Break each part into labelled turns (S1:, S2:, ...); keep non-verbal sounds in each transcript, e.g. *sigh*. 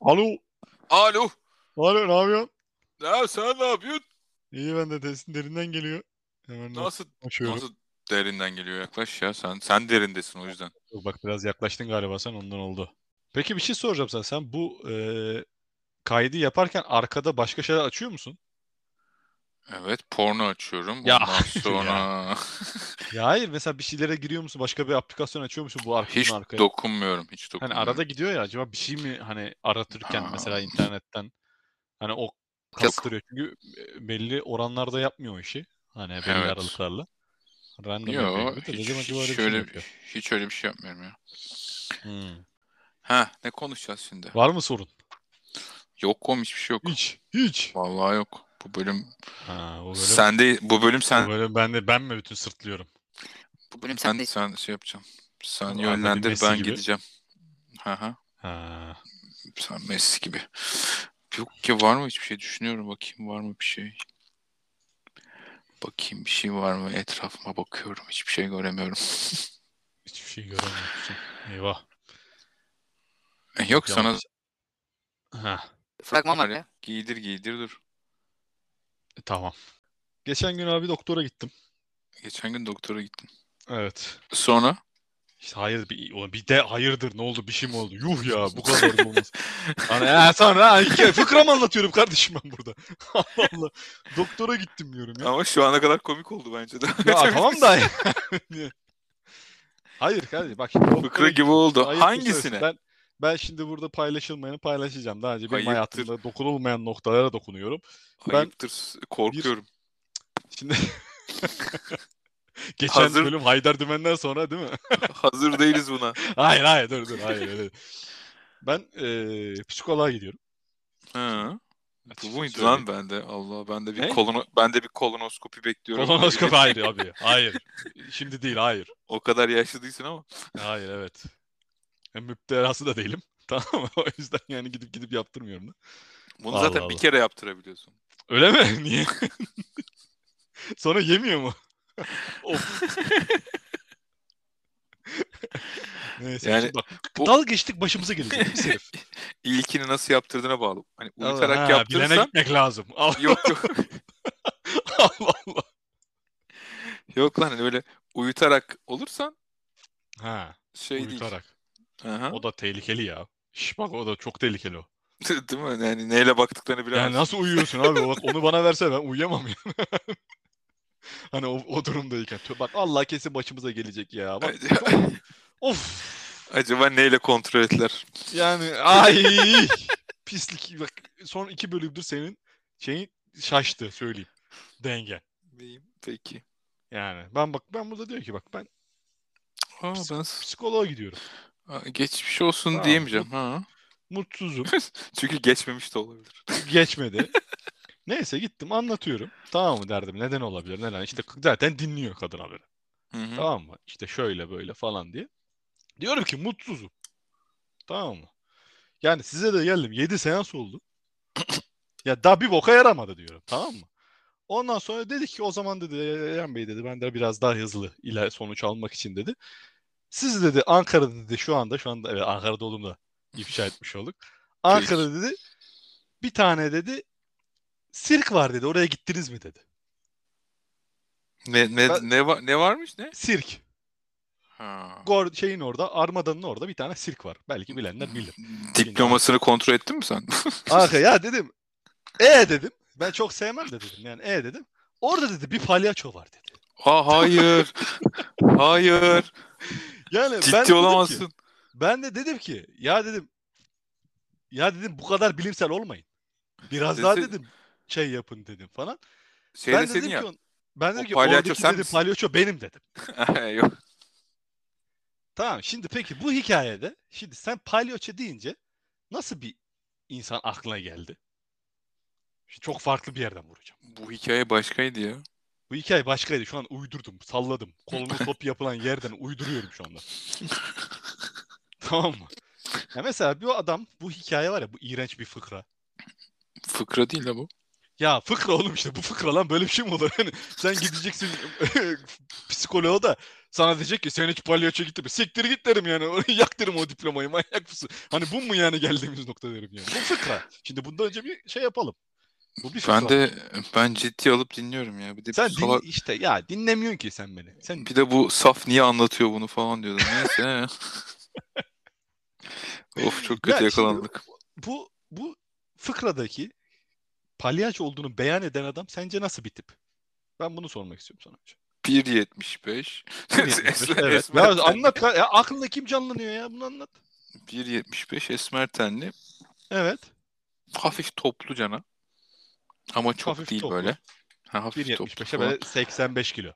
S1: Alo.
S2: Alo.
S1: Alo ne yapıyorsun?
S2: Ya sen ne yapıyorsun?
S1: İyi ben de testin derinden geliyor. Hemen not
S2: Nasıl
S1: açıyorum.
S2: nasıl derinden geliyor yaklaş ya sen sen derindesin o yüzden.
S1: Dur, Bak biraz yaklaştın galiba sen ondan oldu. Peki bir şey soracağım sana. Sen bu e, kaydı yaparken arkada başka şeyler açıyor musun?
S2: Evet porno açıyorum.
S1: Ya,
S2: Ondan
S1: ya.
S2: sonra
S1: Ya hayır mesela bir şeylere giriyor musun? Başka bir aplikasyon açıyor musun bu arkanın
S2: hiç
S1: arkaya?
S2: dokunmuyorum hiç
S1: Hani
S2: dokunmuyorum.
S1: arada gidiyor ya acaba bir şey mi hani aratırken
S2: Ha.
S1: mesela internetten hani o kastırıyor. Çünkü belli oranlarda yapmıyor o işi. Hani belli
S2: Evet.
S1: aralıklarla. Random
S2: Yo,
S1: yapıyor gibi de
S2: hiç,
S1: dedim acaba öyle bir
S2: hiç
S1: şey mi
S2: öyle
S1: yapıyor?
S2: hiç öyle bir şey yapmıyorum ya.
S1: Hmm.
S2: Ha ne konuşacağız şimdi?
S1: Var mı sorun?
S2: Yok oğlum hiçbir şey yok.
S1: Hiç. Hiç.
S2: Vallahi yok. Bu bölüm
S1: Ha, o bölüm,
S2: sende bu bölüm
S1: o
S2: sen
S1: bölüm ben de ben mi bütün sırtlıyorum?
S2: bu bölüm sen sen şey yapacağım. Sen
S1: Arda
S2: yönlendir
S1: Messi
S2: ben
S1: gibi.
S2: gideceğim. Ha ha.
S1: Ha.
S2: Sen Messi gibi. Yok ki var mı hiçbir şey düşünüyorum bakayım var mı bir şey. Bakayım bir şey var mı etrafıma bakıyorum hiçbir şey göremiyorum.
S1: Hiçbir şey göremiyorsun. Eyvah.
S2: E, Yok sana
S1: Yanlış. Ha,
S3: Fragman var
S2: Öyle.
S3: ya.
S2: giydir giydir dur.
S1: e, tamam. Geçen gün abi doktora gittim.
S2: Geçen gün doktora gittim.
S1: Evet.
S2: Sonra
S1: İşte hayır bir, o- bir de hayırdır ne oldu bir şey mi oldu? Yuh ya bu kadar da
S2: *laughs*
S1: olmaz. Hani ya sonra ha, hikaye fıkramı anlatıyorum kardeşim ben burada. *laughs* Allah Allah. Doktora gittim diyorum ya.
S2: ama şu ana kadar komik oldu bence *laughs* de.
S1: Ya tamam da. *laughs* Hayır kardeşim bak şimdi doktora
S2: Fıkra gibi oldu.
S1: Ayıptır
S2: Hangisine?
S1: söylesin. Ben ben şimdi burada paylaşılmayanı paylaşacağım. Daha önce benim
S2: Ayıptır.
S1: hayatımda dokunulmayan noktalara dokunuyorum. ben-
S2: Ayıptır korkuyorum. *laughs*
S1: Şimdi *laughs* geçen
S2: Hazır-
S1: bölüm Haydar Dümen'den sonra değil mi? *laughs*
S2: Hazır değiliz buna.
S1: Hayır hayır dur dur hayır öyle. değil. Ben eee psikoloğa gidiyorum.
S2: Hı. Bu
S1: Açıkça
S2: muydu
S1: söyleyeyim.
S2: lan bende? Allah bende bir
S1: Ne?
S2: kolono bende bir kolonoskopi bekliyorum.
S1: Kolonoskop hayır abi. Hayır. Şimdi değil hayır.
S2: O kadar yaşlı değilsin ama.
S1: Hayır evet. E, Müptelası da değilim. *laughs* Tamam mı? O yüzden yani gidip gidip yaptırmıyorum da.
S2: Bunu
S1: Allah
S2: zaten bir
S1: Allah.
S2: kere yaptırabiliyorsun.
S1: Öyle mi? *laughs* Niye? Sonra yemiyor mu? *laughs* of. Neyse.
S2: Yani
S1: şimdi bak,
S2: bu-
S1: dal geçtik başımıza gelecek. Pis herif.
S2: İlkini nasıl yaptırdığına bağlı. Hani
S1: Ha,
S2: *laughs* uyutarak
S1: Bilene
S2: yaptırırsan
S1: gitmek lazım. *laughs* Al-
S2: *laughs* yok yok
S1: Allah Allah.
S2: yok lan hani böyle uyutarak olursan
S1: Ha,
S2: şey
S1: uyutarak.
S2: değil. Aha.
S1: O da tehlikeli ya. Şş, bak o da çok tehlikeli o.
S2: *laughs* değil mi? Yani neyle baktıklarını
S1: Yani
S2: bilemezsin.
S1: nasıl uyuyorsun abi? Bak onu bana verse ben uyuyamam yani. *laughs* hani o, o durumdayken. Tö- Bak Allah kesin başımıza gelecek ya. Bak of.
S2: *laughs* Acaba neyle kontrol ettiler?
S1: Yani ay pislik. Bak son iki bölümdür senin şeyin şaştı söyleyeyim. Denge.
S2: Neyim? Peki.
S1: Yani ben bak ben burada diyor ki bak ben
S2: Aa, ben
S1: psikoloğa gidiyorum.
S2: Aa, geçmiş olsun
S1: Tamam.
S2: diyemeyeceğim. Ha.
S1: Mutsuzum.
S2: Çünkü geçmemiş de olabilir.
S1: Geçmedi. Neyse gittim anlatıyorum. Tamam mı derdim. Neden olabilir? Neden? İşte zaten dinliyor kadın haberi.
S2: Hı hı.
S1: Tamam mı? İşte şöyle böyle falan diye. Diyorum ki mutsuzum. Tamam mı? Yani size de geldim. 7 seans
S2: *coughs*
S1: oldu. ya daha bir boka yaramadı diyorum. Tamam mı? Ondan sonra dedi ki o zaman dedi Eren Bey dedi ben de biraz daha hızlı iler sonuç almak için dedi. Siz dedi Ankara'da dedi şu anda şu anda evet Ankara'da olduğumda ifşa etmiş
S2: *laughs*
S1: olduk. Ankara'da dedi bir tane dedi sirk var dedi oraya gittiniz mi dedi.
S2: Ne ne
S1: Ben-
S2: ne var ne varmış ne?
S1: Sirk.
S2: Ha.
S1: Gor şeyin orada Armada'nın orada bir tane sirk var. Belki bilenler bilir. *laughs*
S2: Diplomasını kontrol ettin mi sen?
S1: Arka Ah, ya dedim. E dedim. Ben çok sevmem de dedim. Yani e dedim. Orada dedi bir palyaço var dedi.
S2: ha hayır. *laughs* hayır.
S1: Yani ben
S2: Ciddi
S1: dedim ki-
S2: olamazsın.
S1: ben de dedim ki ya dedim ya dedim bu kadar bilimsel olmayın. Biraz daha
S2: Dedi-
S1: dedim şey yapın dedim falan.
S2: Şey
S1: ben
S2: deseydin
S1: dedim
S2: ya.
S1: ki on- ben dedim
S2: o
S1: ki
S2: palyaço
S1: oradaki
S2: sen
S1: dedi
S2: misin?
S1: palyaço benim dedim.
S2: *laughs* Yok.
S1: Tamam şimdi peki bu hikayede şimdi sen palyaço deyince nasıl bir insan aklına geldi? Şimdi çok farklı bir yerden vuracağım.
S2: Bu hikaye başkaydı ya.
S1: Bu hikaye başkaydı. Şu an uydurdum, salladım. Kolonoskopi yapılan yerden uyduruyorum şu anda. tamam mı? Ya mesela bir adam bu hikaye var ya bu iğrenç bir fıkra.
S2: Fıkra değil la bu.
S1: Ya fıkra oğlum işte bu fıkra lan böyle bir şey mi olur? Hani sen gideceksin *laughs* psikoloğa da Sana diyecek ki sen hiç palyaço gitti mi? Siktir git derim yani. *laughs* Yak derim o diplomayı manyak mısın? Hani bu mu yani geldiğimiz nokta derim yani. Bu fıkra. Şimdi bundan önce bir şey yapalım. Bu bir
S2: Ben
S1: fıkra.
S2: de ben ciddi alıp dinliyorum ya. Bir de bu
S1: Sen din-
S2: salak-
S1: işte ya dinlemiyorsun ki sen beni. Sen
S2: bir de bu saf niye anlatıyor bunu falan diyordum.
S1: *laughs*
S2: Neyse. of çok
S1: Ya
S2: kötü
S1: şimdi-
S2: yakalandık.
S1: bu bu fıkradaki palyaço olduğunu beyan eden adam sence nasıl bir tip? Ben bunu sormak istiyorum
S2: *laughs*
S1: sana. önce.
S2: 1.75. *laughs* Esmer-
S1: evet.
S2: esmer
S1: Ya
S2: tenli.
S1: anlat ya, ya aklında kim canlanıyor ya bunu anlat.
S2: 1.75 esmer tenli.
S1: Evet.
S2: Hafif toplu cana. Ama çok
S1: Hafif
S2: değil
S1: toplu.
S2: böyle. Ha, hafif toplu
S1: 1.75'e
S2: falan.
S1: böyle 85 kilo.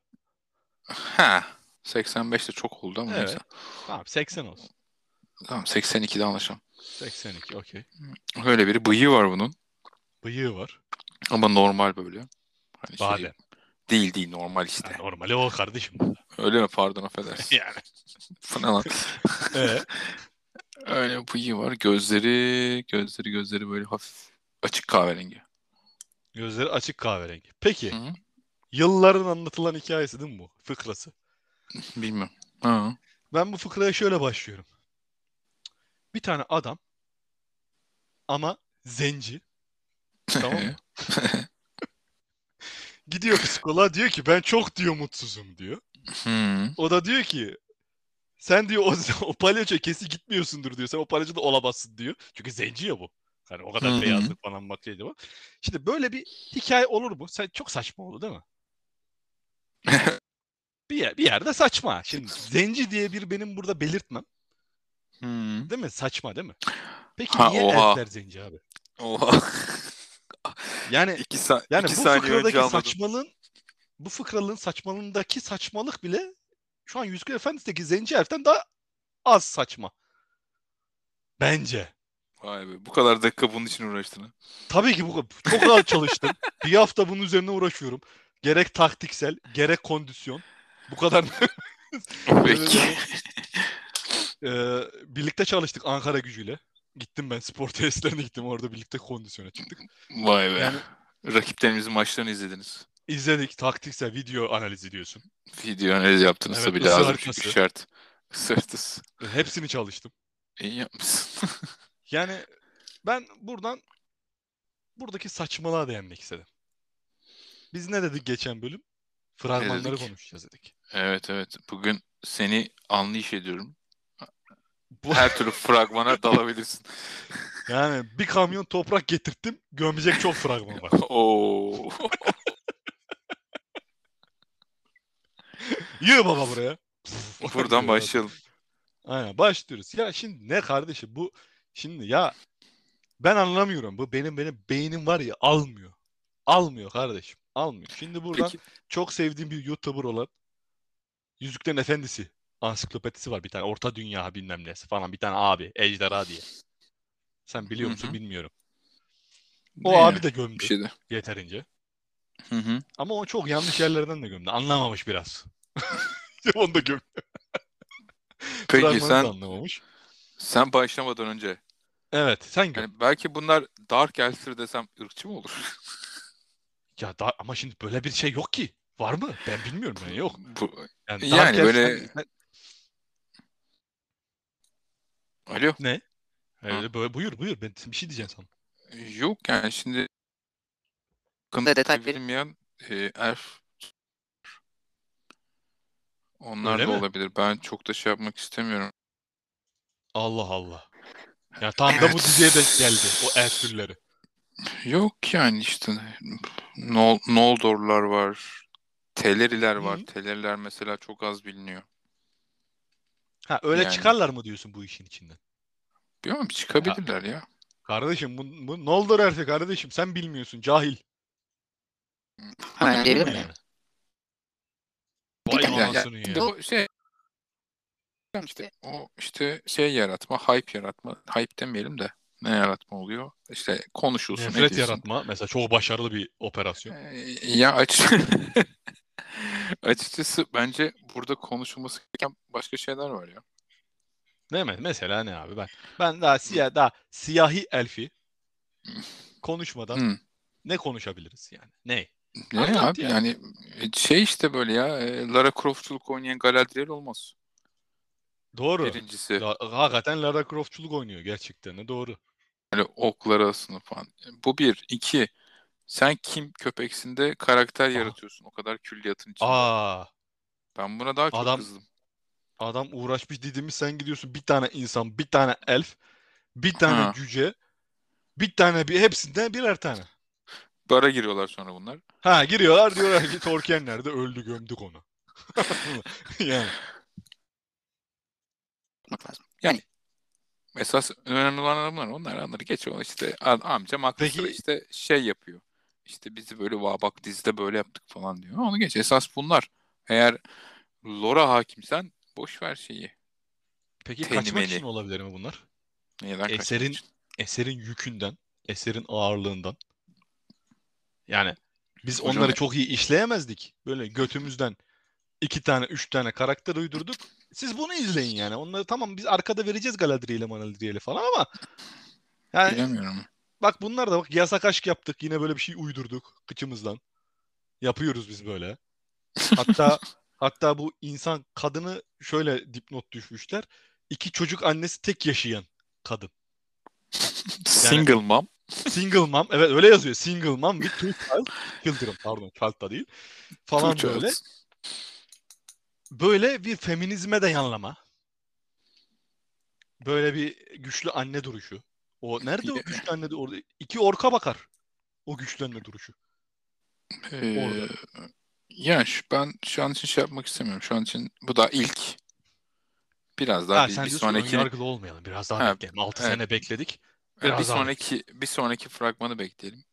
S2: Ha. 85 de çok oldu ama
S1: Evet.
S2: neyse.
S1: Tamam 80 olsun.
S2: Tamam 82'de anlaşalım.
S1: 82 okey.
S2: Öyle biri bıyığı var bunun.
S1: Bıyığı var.
S2: Ama normal böyle. Hani şey-
S1: Badem.
S2: değil değil normal işte.
S1: Yani normali o kardeşim.
S2: *laughs* Öyle mi?
S1: *laughs*
S2: Pardon affedersin.
S1: yani.
S2: Bu ne lan?
S1: Ee,
S2: Öyle bıyığı var. Gözleri, gözleri, gözleri böyle hafif açık kahverengi.
S1: gözleri açık kahverengi. Peki.
S2: Hı.
S1: Yılların anlatılan hikayesi değil mi bu? Fıkrası.
S2: Bilmiyorum. Ha.
S1: Ben bu fıkraya şöyle başlıyorum. Bir tane adam ama zenci. Tamam
S2: e, *laughs*
S1: mı? Gidiyor psikoloğa diyor ki ben çok diyor mutsuzum diyor.
S2: Hmm.
S1: O da diyor ki sen diyor o, *laughs* o palyaço kesin gitmiyorsundur diyor. Sen o palyaçoda olamazsın diyor. Çünkü zenci ya bu. Hani o
S2: Hı hı.
S1: kadar beyazlık falan bak şeydi var. Şimdi böyle bir hikaye olur mu? Sen çok saçma oldu
S2: *laughs*
S1: değil mi? bir, yer- bir yerde saçma. Şimdi zenci diye bir benim burada belirtmem.
S2: Hmm.
S1: Değil mi? Saçma değil mi? Peki
S2: Ha,
S1: niye
S2: oha.
S1: elfler zenci abi?
S2: Oha. *laughs*
S1: Yani
S2: İki, sa-
S1: yani
S2: iki
S1: bu
S2: saniye önce
S1: fıkradaki
S2: anladım.
S1: saçmalığın bu fıkralığın saçmalığındaki saçmalık bile şu an Yüzgül Efendisi'deki zenci heriften daha az saçma. Bence.
S2: Vay be. Bu kadar dakika bunun için uğraştın ha.
S1: Tabii ki bu çok rahat
S2: *laughs*
S1: çalıştım. bir hafta bunun üzerine uğraşıyorum. Gerek taktiksel, gerek kondisyon. Bu kadar
S2: Peki. *laughs*
S1: Ee, birlikte çalıştık Ankara gücüyle. Gittim ben spor tesislerine gittim. Orada birlikte kondisyona çıktık.
S2: Vay be.
S1: Yani-
S2: Rakiplerimizin maçlarını izlediniz.
S1: İzledik taktiksel video analizi diyorsun.
S2: Video analiz yaptınız
S1: Evet,
S2: tabii
S1: ısı
S2: lazım
S1: haritası.
S2: çünkü şart. Sırtız.
S1: Hepsini çalıştım.
S2: İyi yapmışsın. *laughs*
S1: Yani ben buradan buradaki saçmalığa değinmek istedim. Biz ne dedik geçen bölüm? Fragmanları
S2: dedik?
S1: konuşacağız dedik.
S2: evet evet. Bugün seni anlayış ediyorum.
S1: Bu,
S2: Her türlü fragmana dalabilirsin.
S1: *laughs* yani bir kamyon toprak getirttim. Gömecek çok fragman var.
S2: Oo.
S1: Yığ baba buraya. Puf, falan diyor
S2: *laughs* Buradan
S1: zaten.
S2: başlayalım.
S1: Aynen başlıyoruz. Ya şimdi ne kardeşim bu şimdi ya ben anlamıyorum. Bu benim benim beynim var ya almıyor. Almıyor kardeşim. Almıyor. Şimdi buradan
S2: Peki.
S1: çok sevdiğim bir YouTuber olan Yüzüklerin Efendisi ansiklopedisi var bir tane. Orta Dünya bilmem nesi falan bir tane abi. Ejderha diye. Sen biliyor
S2: Hı
S1: musun
S2: hı. Şey-
S1: bilmiyorum. O
S2: Ne
S1: abi
S2: ya?
S1: de gömdü
S2: bir şeydi.
S1: yeterince.
S2: Hı hı.
S1: Ama o çok yanlış yerlerden de gömdü. Anlamamış biraz. *laughs* İşte Onu da gömdü.
S2: Peki
S1: Fragmanı da
S2: sen
S1: anlamamış.
S2: sen başlamadan önce
S1: Evet sen göm.
S2: yani belki bunlar Dark Elf'tir desem ırkçı mı olur?
S1: Ya da, ama şimdi böyle bir şey yok ki. Var mı? Ben bilmiyorum yani yok.
S2: Bu-
S1: Yani,
S2: Yani
S1: Dark Elf-
S2: böyle-
S1: sen- sen-
S2: Alo.
S1: Ee, böyle- buyur buyur ben bir şey diyeceğim sana.
S2: Yok yani şimdi
S3: Da detay verin.
S2: bilmeyen e, elf onlar
S1: Öyle
S2: da
S1: mi?
S2: olabilir. Ben çok da şey yapmak istemiyorum.
S1: Allah Allah. Ya tam da bu
S2: Evet.
S1: diziye denk geldi o elf türleri.
S2: Yok yani işte Nol Noldorlar var. Teleriler var.
S1: Hı.
S2: Teleriler mesela çok az biliniyor.
S1: Ha öyle
S2: Yani.
S1: çıkarlar mı diyorsun bu işin içinden?
S2: Biliyor musun? Çıkabilirler ya.
S1: Kardeşim bu, bu ne olur artık kardeşim sen bilmiyorsun cahil.
S3: Hemen
S1: Değil
S3: verebilir
S1: mi
S3: miyim?
S1: yani? Vay
S3: Bir dakika.
S1: anasını
S2: Bir de
S1: ya.
S2: o şey işte o işte şey yaratma, hype yaratma. Hype demeyelim de ne yaratma oluyor? İşte konuşulsun,
S1: Nefret
S2: edilsin.
S1: yaratma mesela çok başarılı bir operasyon.
S2: Ee, Ya aç *laughs* açıkçası bence burada konuşulması gereken başka şeyler var ya.
S1: Değil mi? Mesela ne abi ben ben daha siyah daha siyahi elfi konuşmadan
S2: Hı.
S1: ne konuşabiliriz yani? Ne?
S2: Ne
S1: Anlat
S2: abi
S1: yani.
S2: yani e, şey işte böyle ya e, Lara Croft'culuk oynayan Galadriel olmaz.
S1: Doğru.
S2: Birincisi.
S1: Ya, hakikaten Lara Croft'çuluk oynuyor gerçekten. de Doğru.
S2: Hani oklar arasında falan. Bu bir. iki. Sen kim köpeksinde karakter
S1: Ah.
S2: yaratıyorsun o kadar külliyatın içinde.
S1: Aa,
S2: Ben buna daha çok
S1: Ah. Adam-
S2: kızdım.
S1: adam uğraşmış dediğimiz sen gidiyorsun bir tane insan, bir tane elf, bir tane
S2: Ha.
S1: cüce, bir tane bir hepsinden birer tane.
S2: Bara giriyorlar sonra bunlar.
S1: Ha giriyorlar diyorlar ki Tolkien nerede öldü gömdük onu. *laughs* yani
S3: Bakmak lazım.
S2: Esas önemli olan bunlar. Onlar onları geçiyor. İşte a- amcam aklı
S1: Peki-
S2: sıra işte şey yapıyor. İşte bizi böyle va bak dizide böyle yaptık falan diyor. Onu geç. Esas bunlar. Eğer lora hakimsen boş ver şeyi.
S1: peki
S2: Teğmeli.
S1: kaçmak için olabilir mi bunlar?
S2: Neyden kaçmak
S1: Eserin-
S2: için?
S1: Eserin yükünden, eserin ağırlığından. Yani biz
S2: Hocam-
S1: onları çok iyi işleyemezdik. Böyle götümüzden iki tane, üç tane karakter uydurduk. Siz bunu izleyin yani. Onları tamam biz arkada vereceğiz Galadriel'i, Manalidriel'i falan ama yani
S2: Bilemiyorum.
S1: Bak bunlar da bak yasak aşk yaptık. Yine böyle bir şey uydurduk kıçımızdan. Yapıyoruz biz böyle. Hatta hatta bu insan kadını şöyle dipnot düşmüşler. İki çocuk annesi tek yaşayan kadın.
S2: Single mom.
S1: Single mom. Evet öyle yazıyor. Single mom with two child. Children pardon child da değil. Falan
S2: two
S1: böyle.
S2: child.
S1: Böyle bir feminizme de yanlama. Böyle bir güçlü anne duruşu. O nerede o güçlü anne orada iki orka bakar. O güçlü anne duruşu.
S2: Ee,
S1: Orada.
S2: yani şu, ben şu an için şey yapmak istemiyorum. Şu an için bu daha ilk. Biraz daha
S1: Ha,
S2: bir,
S1: sen
S2: bir
S1: diyorsun ön
S2: sonraki
S1: yargılı olmayalım. Biraz daha
S2: Ha,
S1: bekleyelim. 6
S2: evet.
S1: sene bekledik.
S2: bir
S1: biraz daha
S2: sonraki bir sonraki fragmanı bekleyelim.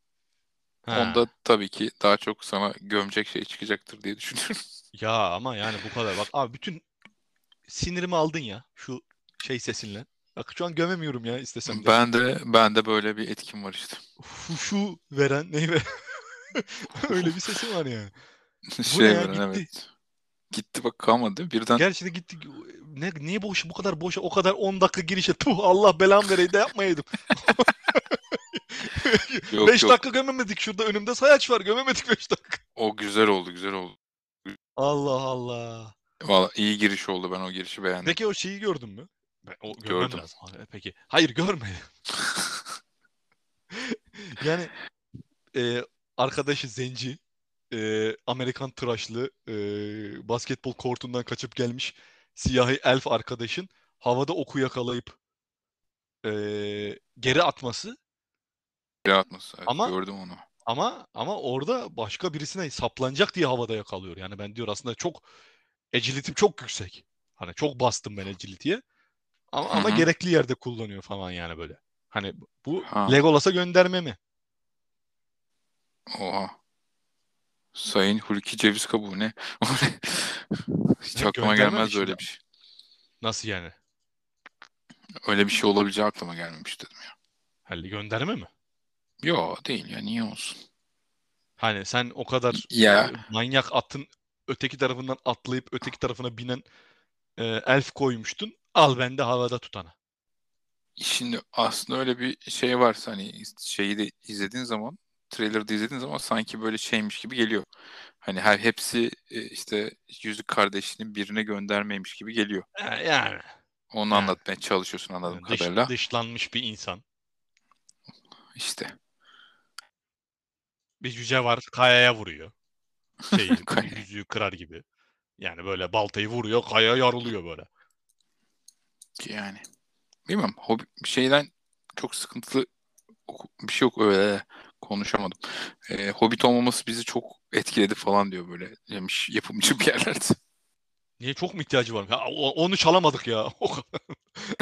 S1: Ha.
S2: Onda tabii ki daha çok sana gömecek şey çıkacaktır diye düşünüyorum.
S1: Ya ama yani bu kadar. Bak abi bütün sinirimi aldın ya şu şey sesinle. Bak şu an gömemiyorum ya istesem de.
S2: Ben de ben de böyle bir etkim var işte.
S1: Huşu veren neyve. *laughs* Öyle bir sesi var yani.
S2: Şey
S1: ne ya,
S2: var,
S1: gitti.
S2: evet. Gitti bak kalmadı. değil mi? Birden
S1: Gerçi de gittik. Ne, niye boş bu kadar boşa o kadar 10 dakika girişe tuh Allah belam vereydi de yapmayaydım.
S2: yok
S1: 5
S2: yok.
S1: dakika gömemedik şurada önümde sayaç var gömemedik 5 dakika. *laughs*
S2: O güzel oldu, güzel oldu.
S1: Allah Allah.
S2: Valla iyi giriş oldu. Ben o girişi beğendim.
S1: Peki o şeyi gördün mü? Ben, o görmem
S2: Gördüm.
S1: lazım. Ha, Peki. Hayır görmedim. *laughs* yani e, arkadaşı Zenci e, Amerikan tıraşlı e, basketbol kortundan kaçıp gelmiş siyahi elf arkadaşın havada oku yakalayıp e, geri atması
S2: Geri atması. Evet,
S1: Ama-
S2: gördüm onu.
S1: ama ama orada başka birisine saplanacak diye havada yakalıyor. Yani ben diyor aslında çok agility'm çok yüksek. Hani çok bastım ben agility'ye. Ama, ama
S2: Hı hı.
S1: gerekli yerde kullanıyor falan yani böyle. Hani bu
S2: Ha.
S1: Legolas'a gönderme mi?
S2: Oha. Sayın Hulki Ceviz Kabuğu ne? *laughs* Hiç
S1: Ne,
S2: aklıma
S1: göndermem
S2: gelmez
S1: işi
S2: öyle
S1: ya.
S2: bir şey.
S1: Nasıl yani?
S2: Öyle bir şey olabileceği aklıma gelmemiş dedim ya.
S1: Hani gönderme mi?
S2: Yo değil ya niye olsun?
S1: Hani sen o kadar
S2: Ya
S1: e, manyak atın öteki tarafından atlayıp öteki tarafına binen e, elf koymuştun. Al ben de havada tutana.
S2: şimdi aslında öyle bir şey varsa hani şeyi de izlediğin zaman trailer'da izlediğin zaman sanki böyle şeymiş gibi geliyor. Hani her hepsi e, işte yüzük kardeşinin birine göndermeymiş gibi geliyor.
S1: E, Yani,
S2: Onu
S1: Yani.
S2: anlatmaya çalışıyorsun anladığım
S1: dış-
S2: kadarıyla.
S1: dışlanmış bir insan.
S2: İşte
S1: Bir cüce var kayaya vuruyor.
S2: *laughs*
S1: Şeyi,
S2: Kaya.
S1: yüzüğü kırar gibi. Yani böyle baltayı vuruyor kaya yarılıyor böyle.
S2: ki yani. Bilmem hobi şeyden çok sıkıntılı oku- bir şey yok öyle konuşamadım. E, Hobbit olmaması bizi çok etkiledi falan diyor böyle demiş yapımcı bir yerlerde. *laughs*
S1: Niye çok mu ihtiyacı var? Ha, o- onu çalamadık ya. *laughs* O kadar.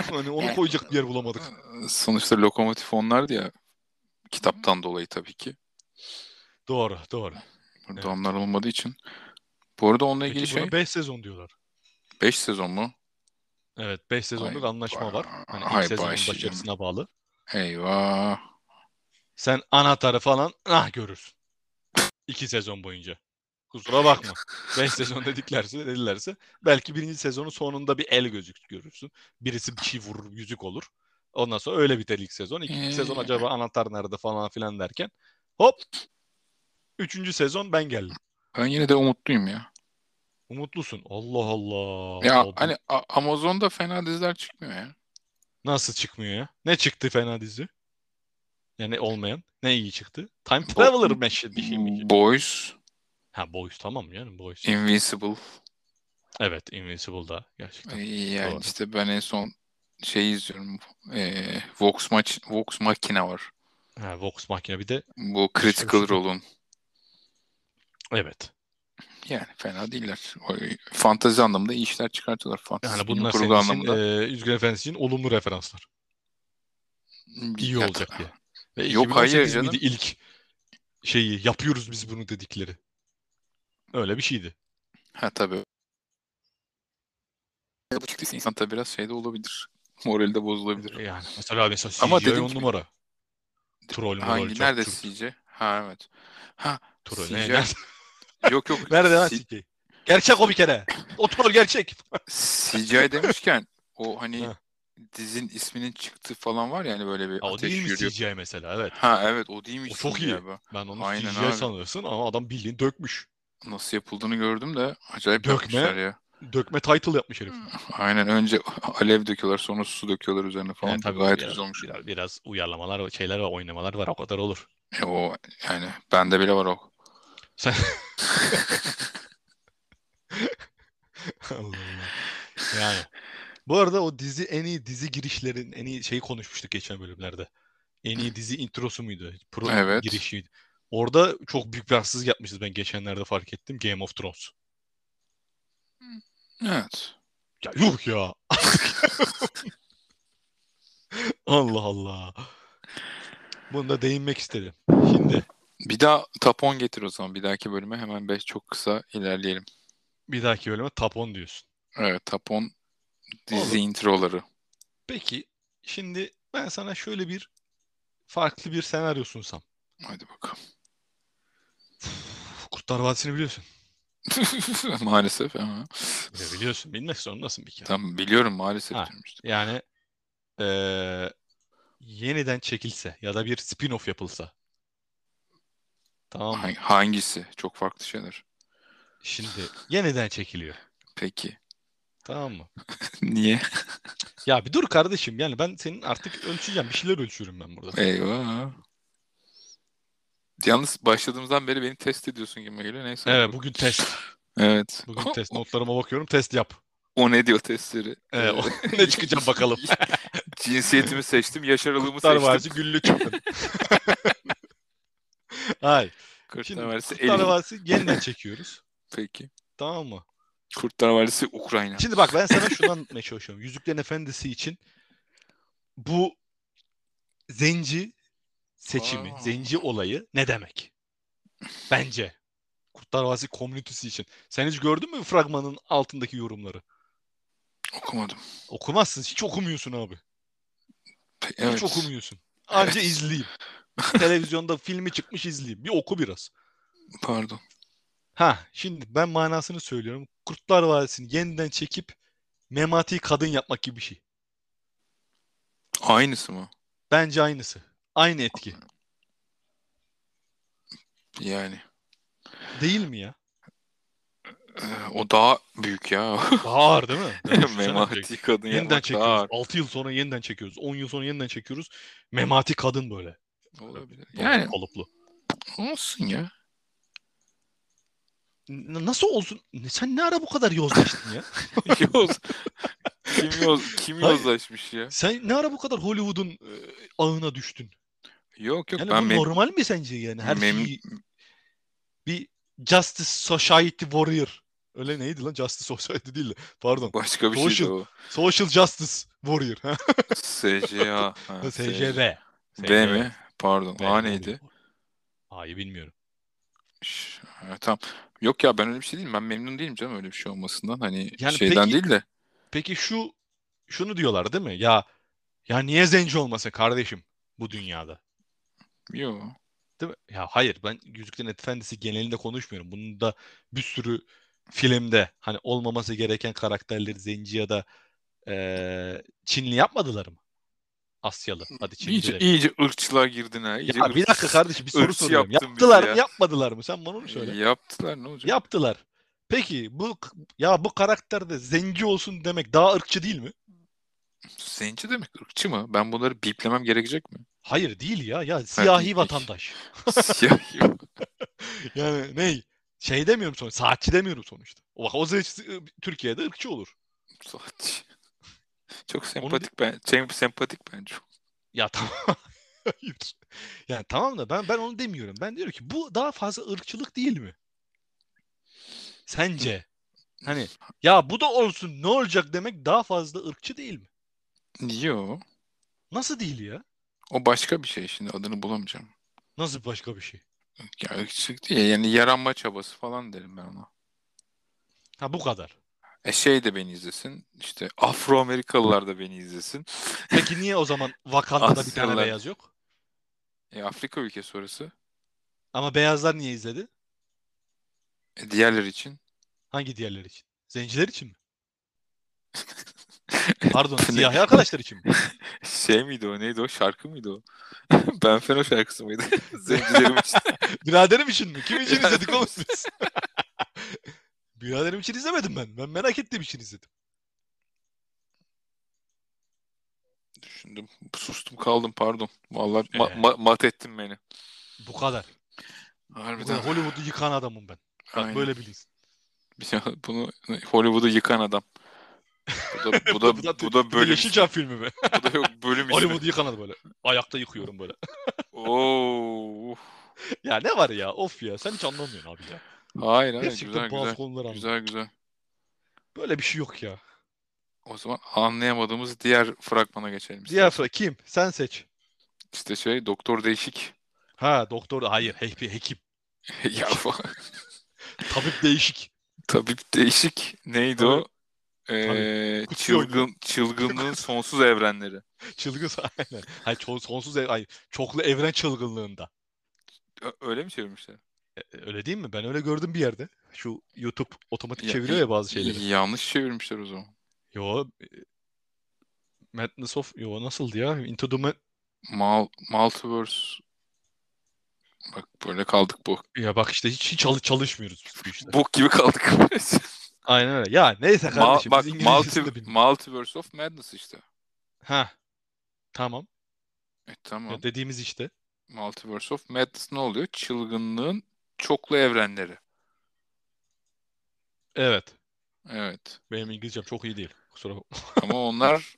S1: hani onu
S3: Yani-
S1: koyacak bir yer bulamadık.
S2: Sonuçta lokomotif onlardı ya kitaptan dolayı tabii ki.
S1: Doğru, doğru.
S2: Burada
S1: Evet.
S2: onlar olmadığı için. Bu arada onunla ilgili
S1: Peki
S2: şey
S1: buna 5 sezon diyorlar.
S2: 5 sezon mu?
S1: Evet 5 sezonluk
S2: Vay-
S1: anlaşma
S2: vay-
S1: var. Hani ilk
S2: vay
S1: sezonun
S2: başım.
S1: başarısına bağlı.
S2: Eyvah.
S1: Sen anahtarı falan ah görürsün. 2 sezon boyunca. Kusura bakma. 5
S2: *laughs*
S1: sezon dediklerse dedilerse belki birinci sezonun sonunda bir el gözük görürsün. Birisi bir şey vurur, yüzük olur. Ondan sonra öyle biter ilk sezon. İkinci sezon
S2: Ee.
S1: acaba anahtar nerede falan filan derken hop Üçüncü sezon ben geldim.
S2: Ben yine de umutluyum ya.
S1: Umutlusun. Allah Allah.
S2: Ya
S1: Oldu.
S2: hani A- Amazon'da fena diziler çıkmıyor ya.
S1: Nasıl çıkmıyor ya? Ne çıktı fena dizi? Yani olmayan. Ne iyi çıktı? Time
S2: Bo-
S1: Traveler meşhur bir şey mi?
S2: Boys,
S1: Ha Boys tamam yani Boys.
S2: Invincible.
S1: Evet Invincible'da gerçekten.
S2: Ee, yani
S1: Doğru.
S2: işte ben en son şey izliyorum. Ee, Vox maç Vox Machina var.
S1: Ha, Vox Machina bir de
S2: Bu Critical Role'un.
S1: evet.
S2: Yani fena değiller. O, e, Fantezi anlamında iyi işler çıkartıyorlar. Fantezi
S1: Yani
S2: bilim
S1: bunlar
S2: kurgu
S1: senin için
S2: anlamında.
S1: e, Üzgün Efendisi için olumlu referanslar. İyi
S2: Ya
S1: olacak
S2: ta-
S1: diye. Ve
S2: Yok,
S1: 2018
S2: hayır canım.
S1: miydi ilk şeyi yapıyoruz biz bunu dedikleri. Öyle bir şeydi.
S2: Ha tabii.
S3: Bu çıktı.
S2: İnsan tabii biraz şey de olabilir. *laughs* Morali de bozulabilir.
S1: Yani mesela mesela
S2: Ama
S1: Ama
S2: dedim
S1: on
S2: ki-
S1: numara. Troll mü
S2: Hangi?
S1: Hangi?
S2: Nerede CJ? Ha evet. Ha
S1: Troll.
S2: CJ?
S1: Ne? *laughs* Nerede?
S2: yok
S1: *laughs*
S2: yok.
S1: Nerede lan
S2: C-
S1: CJ? Gerçek o bir kere. O troll gerçek.
S2: CGI demişken o hani
S1: Ha.
S2: dizin isminin çıktığı falan var ya hani böyle bir
S1: Ha, o
S2: ateş
S1: değil mi
S2: yürüyor.
S1: CJ mesela? Evet.
S2: Ha evet o değilmiş.
S1: O çok
S2: CGI
S1: iyi.
S2: be.
S1: Ben onu
S2: Aynen
S1: CGI
S2: abi.
S1: sanırsın ama adam bildiğin dökmüş.
S2: Nasıl yapıldığını gördüm de acayip
S1: Dökme.
S2: yapmışlar ya.
S1: Dökme title yapmış herif.
S2: Aynen önce *laughs* alev döküyorlar sonra su döküyorlar üzerine falan.
S1: Yani tabii
S2: Gayet
S1: biraz-
S2: güzel olmuş.
S1: Biraz, biraz uyarlamalar, var, şeyler var, oynamalar var. O kadar *laughs* olur.
S2: E, o yani bende bile var o.
S1: Allah Allah. Yani. Bu arada o dizi en iyi dizi girişlerin en iyi şeyi konuşmuştuk geçen bölümlerde. En iyi dizi introsu muydu? Pro
S2: Evet.
S1: girişiydi. Orada çok büyük bir haksızlık yapmışız ben geçenlerde fark ettim. Game of Thrones.
S2: Evet.
S1: Ya yuh ya. *laughs* Allah Allah. Bunu da değinmek istedim. Şimdi
S2: Bir daha tapon getir o zaman. Bir dahaki bölüme hemen 5 çok kısa ilerleyelim.
S1: bir dahaki bölüme tapon diyorsun.
S2: Evet tapon dizi
S1: Olur.
S2: introları.
S1: Peki şimdi ben sana şöyle bir farklı bir senaryo sunsam.
S2: Hadi bakalım. *laughs*
S1: Kurtlar Vadisi'ni biliyorsun.
S2: Maalesef ama.
S1: Ya biliyorsun. Bilmek zorundasın bir kere.
S2: Tam biliyorum maalesef
S1: Ha.
S2: diyorum işte.
S1: Yani eee, yeniden çekilse ya da bir spin-off yapılsa. Tamam mı?
S2: Hang- Hangisi? Çok farklı şeyler.
S1: Şimdi yeniden çekiliyor.
S2: Peki. *laughs*
S1: Tamam mı?
S2: Niye?
S1: Ya bir dur kardeşim. Yani ben senin artık ölçeceğim. Bir şeyler ölçüyorum ben burada.
S2: Eyvah. Yalnız başladığımızdan beri beni test ediyorsun gibi geliyor. Neyse.
S1: Evet bugün test.
S2: Evet. *laughs*
S1: Bugün test. Notlarıma bakıyorum. Test yap.
S2: O ne diyor testleri?
S1: Ee, o- ne çıkacak bakalım.
S2: *laughs* Cinsiyetimi seçtim, yaş aralığımı
S1: Kurtlar
S2: seçtim.
S1: Vadisi güllü
S2: *laughs*
S1: çıktı. Hayır.
S2: Kurtlar
S1: Şimdi
S2: Vadisi
S1: Kurtlar
S2: elli.
S1: Vadisi yeniden çekiyoruz.
S2: Peki.
S1: Tamam mı?
S2: Kurtlar Vadisi Ukrayna.
S1: Şimdi bak ben sana şundan *laughs* anlatmaya çalışıyorum. Yüzüklerin Efendisi için bu zenci seçimi,
S2: Aa.
S1: zenci olayı ne demek? Bence. Kurtlar Vadisi komünitesi için. Sen hiç gördün mü fragmanın altındaki yorumları?
S2: Okumadım.
S1: Okumazsın. Hiç okumuyorsun abi.
S2: Pe-
S1: Hiç
S2: Evet.
S1: okumuyorsun. Anca
S2: *laughs*
S1: izleyeyim. Televizyonda filmi çıkmış izleyeyim. Bir oku biraz.
S2: Pardon.
S1: Ha şimdi ben manasını söylüyorum. Kurtlar Vadisi'ni yeniden çekip memati kadın yapmak gibi bir şey.
S2: Aynısı mı?
S1: Bence aynısı. Aynı etki.
S2: Yani.
S1: Değil mi *laughs* ya?
S2: Ee, o daha büyük ya.
S1: Daha ağır
S2: *laughs*
S1: değil mi? şey Yani düşünsene direkt.
S2: Memati kadın
S1: yeniden
S2: yapmak daha
S1: çekiyoruz.
S2: ağır.
S1: 6 yıl sonra yeniden çekiyoruz. 10 yıl sonra yeniden çekiyoruz. Memati kadın böyle.
S2: Olabilir.
S1: Dolu-
S2: Yani
S1: Kalıplı. *laughs*
S2: olsun ya. *laughs*
S1: N- nasıl olsun? Ne- Sen ne ara bu kadar yozlaştın
S2: *laughs*
S1: ya?
S2: Yoz. Kim, yoz, kim
S1: Hayır.
S2: yozlaşmış ya?
S1: Sen ne ara bu kadar Hollywood'un e, ağına düştün?
S2: Yok yok
S1: Yani
S2: ben
S1: bu
S2: mem-
S1: normal mi sence yani? Her
S2: mem-
S1: şeyi bir Justice Society Warrior. Öyle neydi lan? Justice Society değil de. Pardon.
S2: başka bir şey
S1: Social.
S2: şeydi o.
S1: Social Justice Warrior. ha?
S2: SCA. Ha,
S1: SJV.
S2: B mi? Pardon.
S1: B
S2: A
S1: mi
S2: neydi?
S1: oluyor? A'yı bilmiyorum.
S2: Şş, ha, tamam. Yok ya ben öyle bir şey değilim. Ben memnun değilim canım öyle bir şey olmasından. Hani
S1: Yani
S2: şeyden
S1: peki-
S2: değil de.
S1: Peki şu şunu diyorlar değil mi? Ya ya niye zenci olmasın kardeşim bu dünyada?
S2: Yok.
S1: Değil mi? Ya hayır ben Yüzüklerin Efendisi genelinde konuşmuyorum. Bunun da bir sürü filmde hani olmaması gereken karakterleri zenci ya da eee, Çinli yapmadılar mı? Asyalı. Hadi Çinli
S2: İyice,
S1: demeyelim.
S2: iyice ırkçılığa girdin ha. iyice
S1: Ya bir
S2: ırk-
S1: dakika kardeşim bir soru
S2: ırkçı
S1: soruyorum.
S2: yaptın bizi
S1: Yaptılar
S2: ya.
S1: mı yapmadılar mı? Sen bana onu söyle.
S2: Yaptılar ne olacak?
S1: Yaptılar. Peki bu ya bu karakterde zenci olsun demek daha ırkçı değil mi?
S2: Zenci demek ırkçı mı? Ben bunları biplemem
S1: *laughs*
S2: gerekecek mi? *laughs*
S1: Hayır değil ya. Ya siyahi
S2: değil.
S1: vatandaş.
S2: Siyahi.
S1: Yani ney? Şey demiyorum sonuçta. Saatçi demiyorum sonuçta. O, o zenci Türkiye'de ırkçı olur.
S2: Saatçi. Çok sempatik ben. Çok sempatik bence.
S1: Ya *laughs* tamam. Hayır. Yani tamam da ben ben onu demiyorum. Ben diyorum ki bu daha fazla ırkçılık değil mi? Sence? Hani ya bu da olsun ne olacak demek daha fazla ırkçı değil mi?
S2: Yo.
S1: Nasıl değil ya?
S2: O başka bir şey şimdi adını bulamayacağım.
S1: Nasıl başka bir şey?
S2: Ya ırkçılık değil ya, yani yaranma çabası falan derim ben ona.
S1: Ha bu kadar.
S2: E şey de beni izlesin. İşte Afro Amerikalılar da beni izlesin.
S1: Peki niye o zaman Wakanda'da bir tane
S2: Asyalılar.
S1: beyaz yok?
S2: E Afrika ülkesi orası.
S1: Ama beyazlar niye izledi?
S2: E, diğerleri için. *laughs*
S1: Hangi diğerleri için? Zenciler için mi? Pardon, siyahi arkadaşlar için mi?
S2: Şey miydi o neydi o şarkı mıydı o? *laughs* Ben Fero şarkısı mıydı? *laughs* Zencilerim için.
S1: *laughs* Biraderim için mi? Kim için izledik oğlum biz? Biraderim için izlemedim ben. Ben merak ettiğim için izledim.
S2: *laughs* Düşündüm. Sustum kaldım pardon. Vallahi
S1: Ee.
S2: ma- ma- mat ettin beni.
S1: Bu kadar. Bu
S2: Harbiden.
S1: kadar. Hollywood'u yıkan adamım ben. Bak
S2: Aynen.
S1: böyle bilinsin.
S2: *laughs* Ya bunu Hollywood'u yıkan adam. Bu da *laughs* bu da bu da, bölüm
S1: Yeşilçam filmi
S2: *laughs*
S1: mi?
S2: ismi. Bu da yok bölüm ismi.
S1: Hollywood'u yıkan adam böyle. Ayakta yıkıyorum böyle.
S2: *laughs*
S1: *laughs*
S2: Oo. uf.
S1: ya ne var ya? Of ya. Sen hiç anlamıyorsun abi ya.
S2: Hayır hayır
S1: Gerçekten
S2: güzel
S1: bazı
S2: güzel.
S1: konuları anlamıyorum.
S2: Güzel güzel.
S1: Böyle bir şey yok ya.
S2: O zaman anlayamadığımız diğer fragmana geçelim.
S1: Diğer
S2: istersen.
S1: sıra kim? Sen seç.
S2: İşte şey Doktor Değişik. *laughs*
S1: Ha doktor. Hayır. Hekim. hekim.
S2: ya falan.
S1: Tabip değişik. *laughs*
S2: Tabip Değişik neydi
S1: Tabii.
S2: o? Ee,
S1: Kutsi
S2: çılgın
S1: *laughs*
S2: çılgınlığın sonsuz evrenleri.
S1: Çılgın *laughs* aynen. Hayır, ço- sonsuz ev, ay, çoklu evren çılgınlığında.
S2: Ö- Öyle mi çevirmişler?
S1: E, Öyle değil mi? Ben öyle gördüm bir yerde. Şu YouTube otomatik
S2: Ya,
S1: çeviriyor ya bazı şeyleri.
S2: Yanlış çevirmişler o zaman.
S1: Yo. e, Madness of... Yo nasıldı ya? Into the Ma-
S2: Mal Multiverse. Bak böyle kaldık bu.
S1: Ya bak işte hiç hiç çalı- çalışmıyoruz biz bu işte.
S2: Bok gibi
S1: *laughs*
S2: kaldık.
S1: Aynen öyle. Ya neyse
S2: Mal-
S1: kardeşim
S2: bak
S1: biz
S2: multi,
S1: İngilizcesini de bilmiyoruz.
S2: Multiverse of Madness işte.
S1: Ha. Tamam.
S2: E
S1: Ya
S2: tamam.
S1: dediğimiz işte.
S2: Multiverse of Madness ne oluyor? Çılgınlığın çoklu evrenleri.
S1: Evet.
S2: Evet.
S1: Benim İngilizcem çok iyi değil. Kusura bakma.
S2: Ama onlar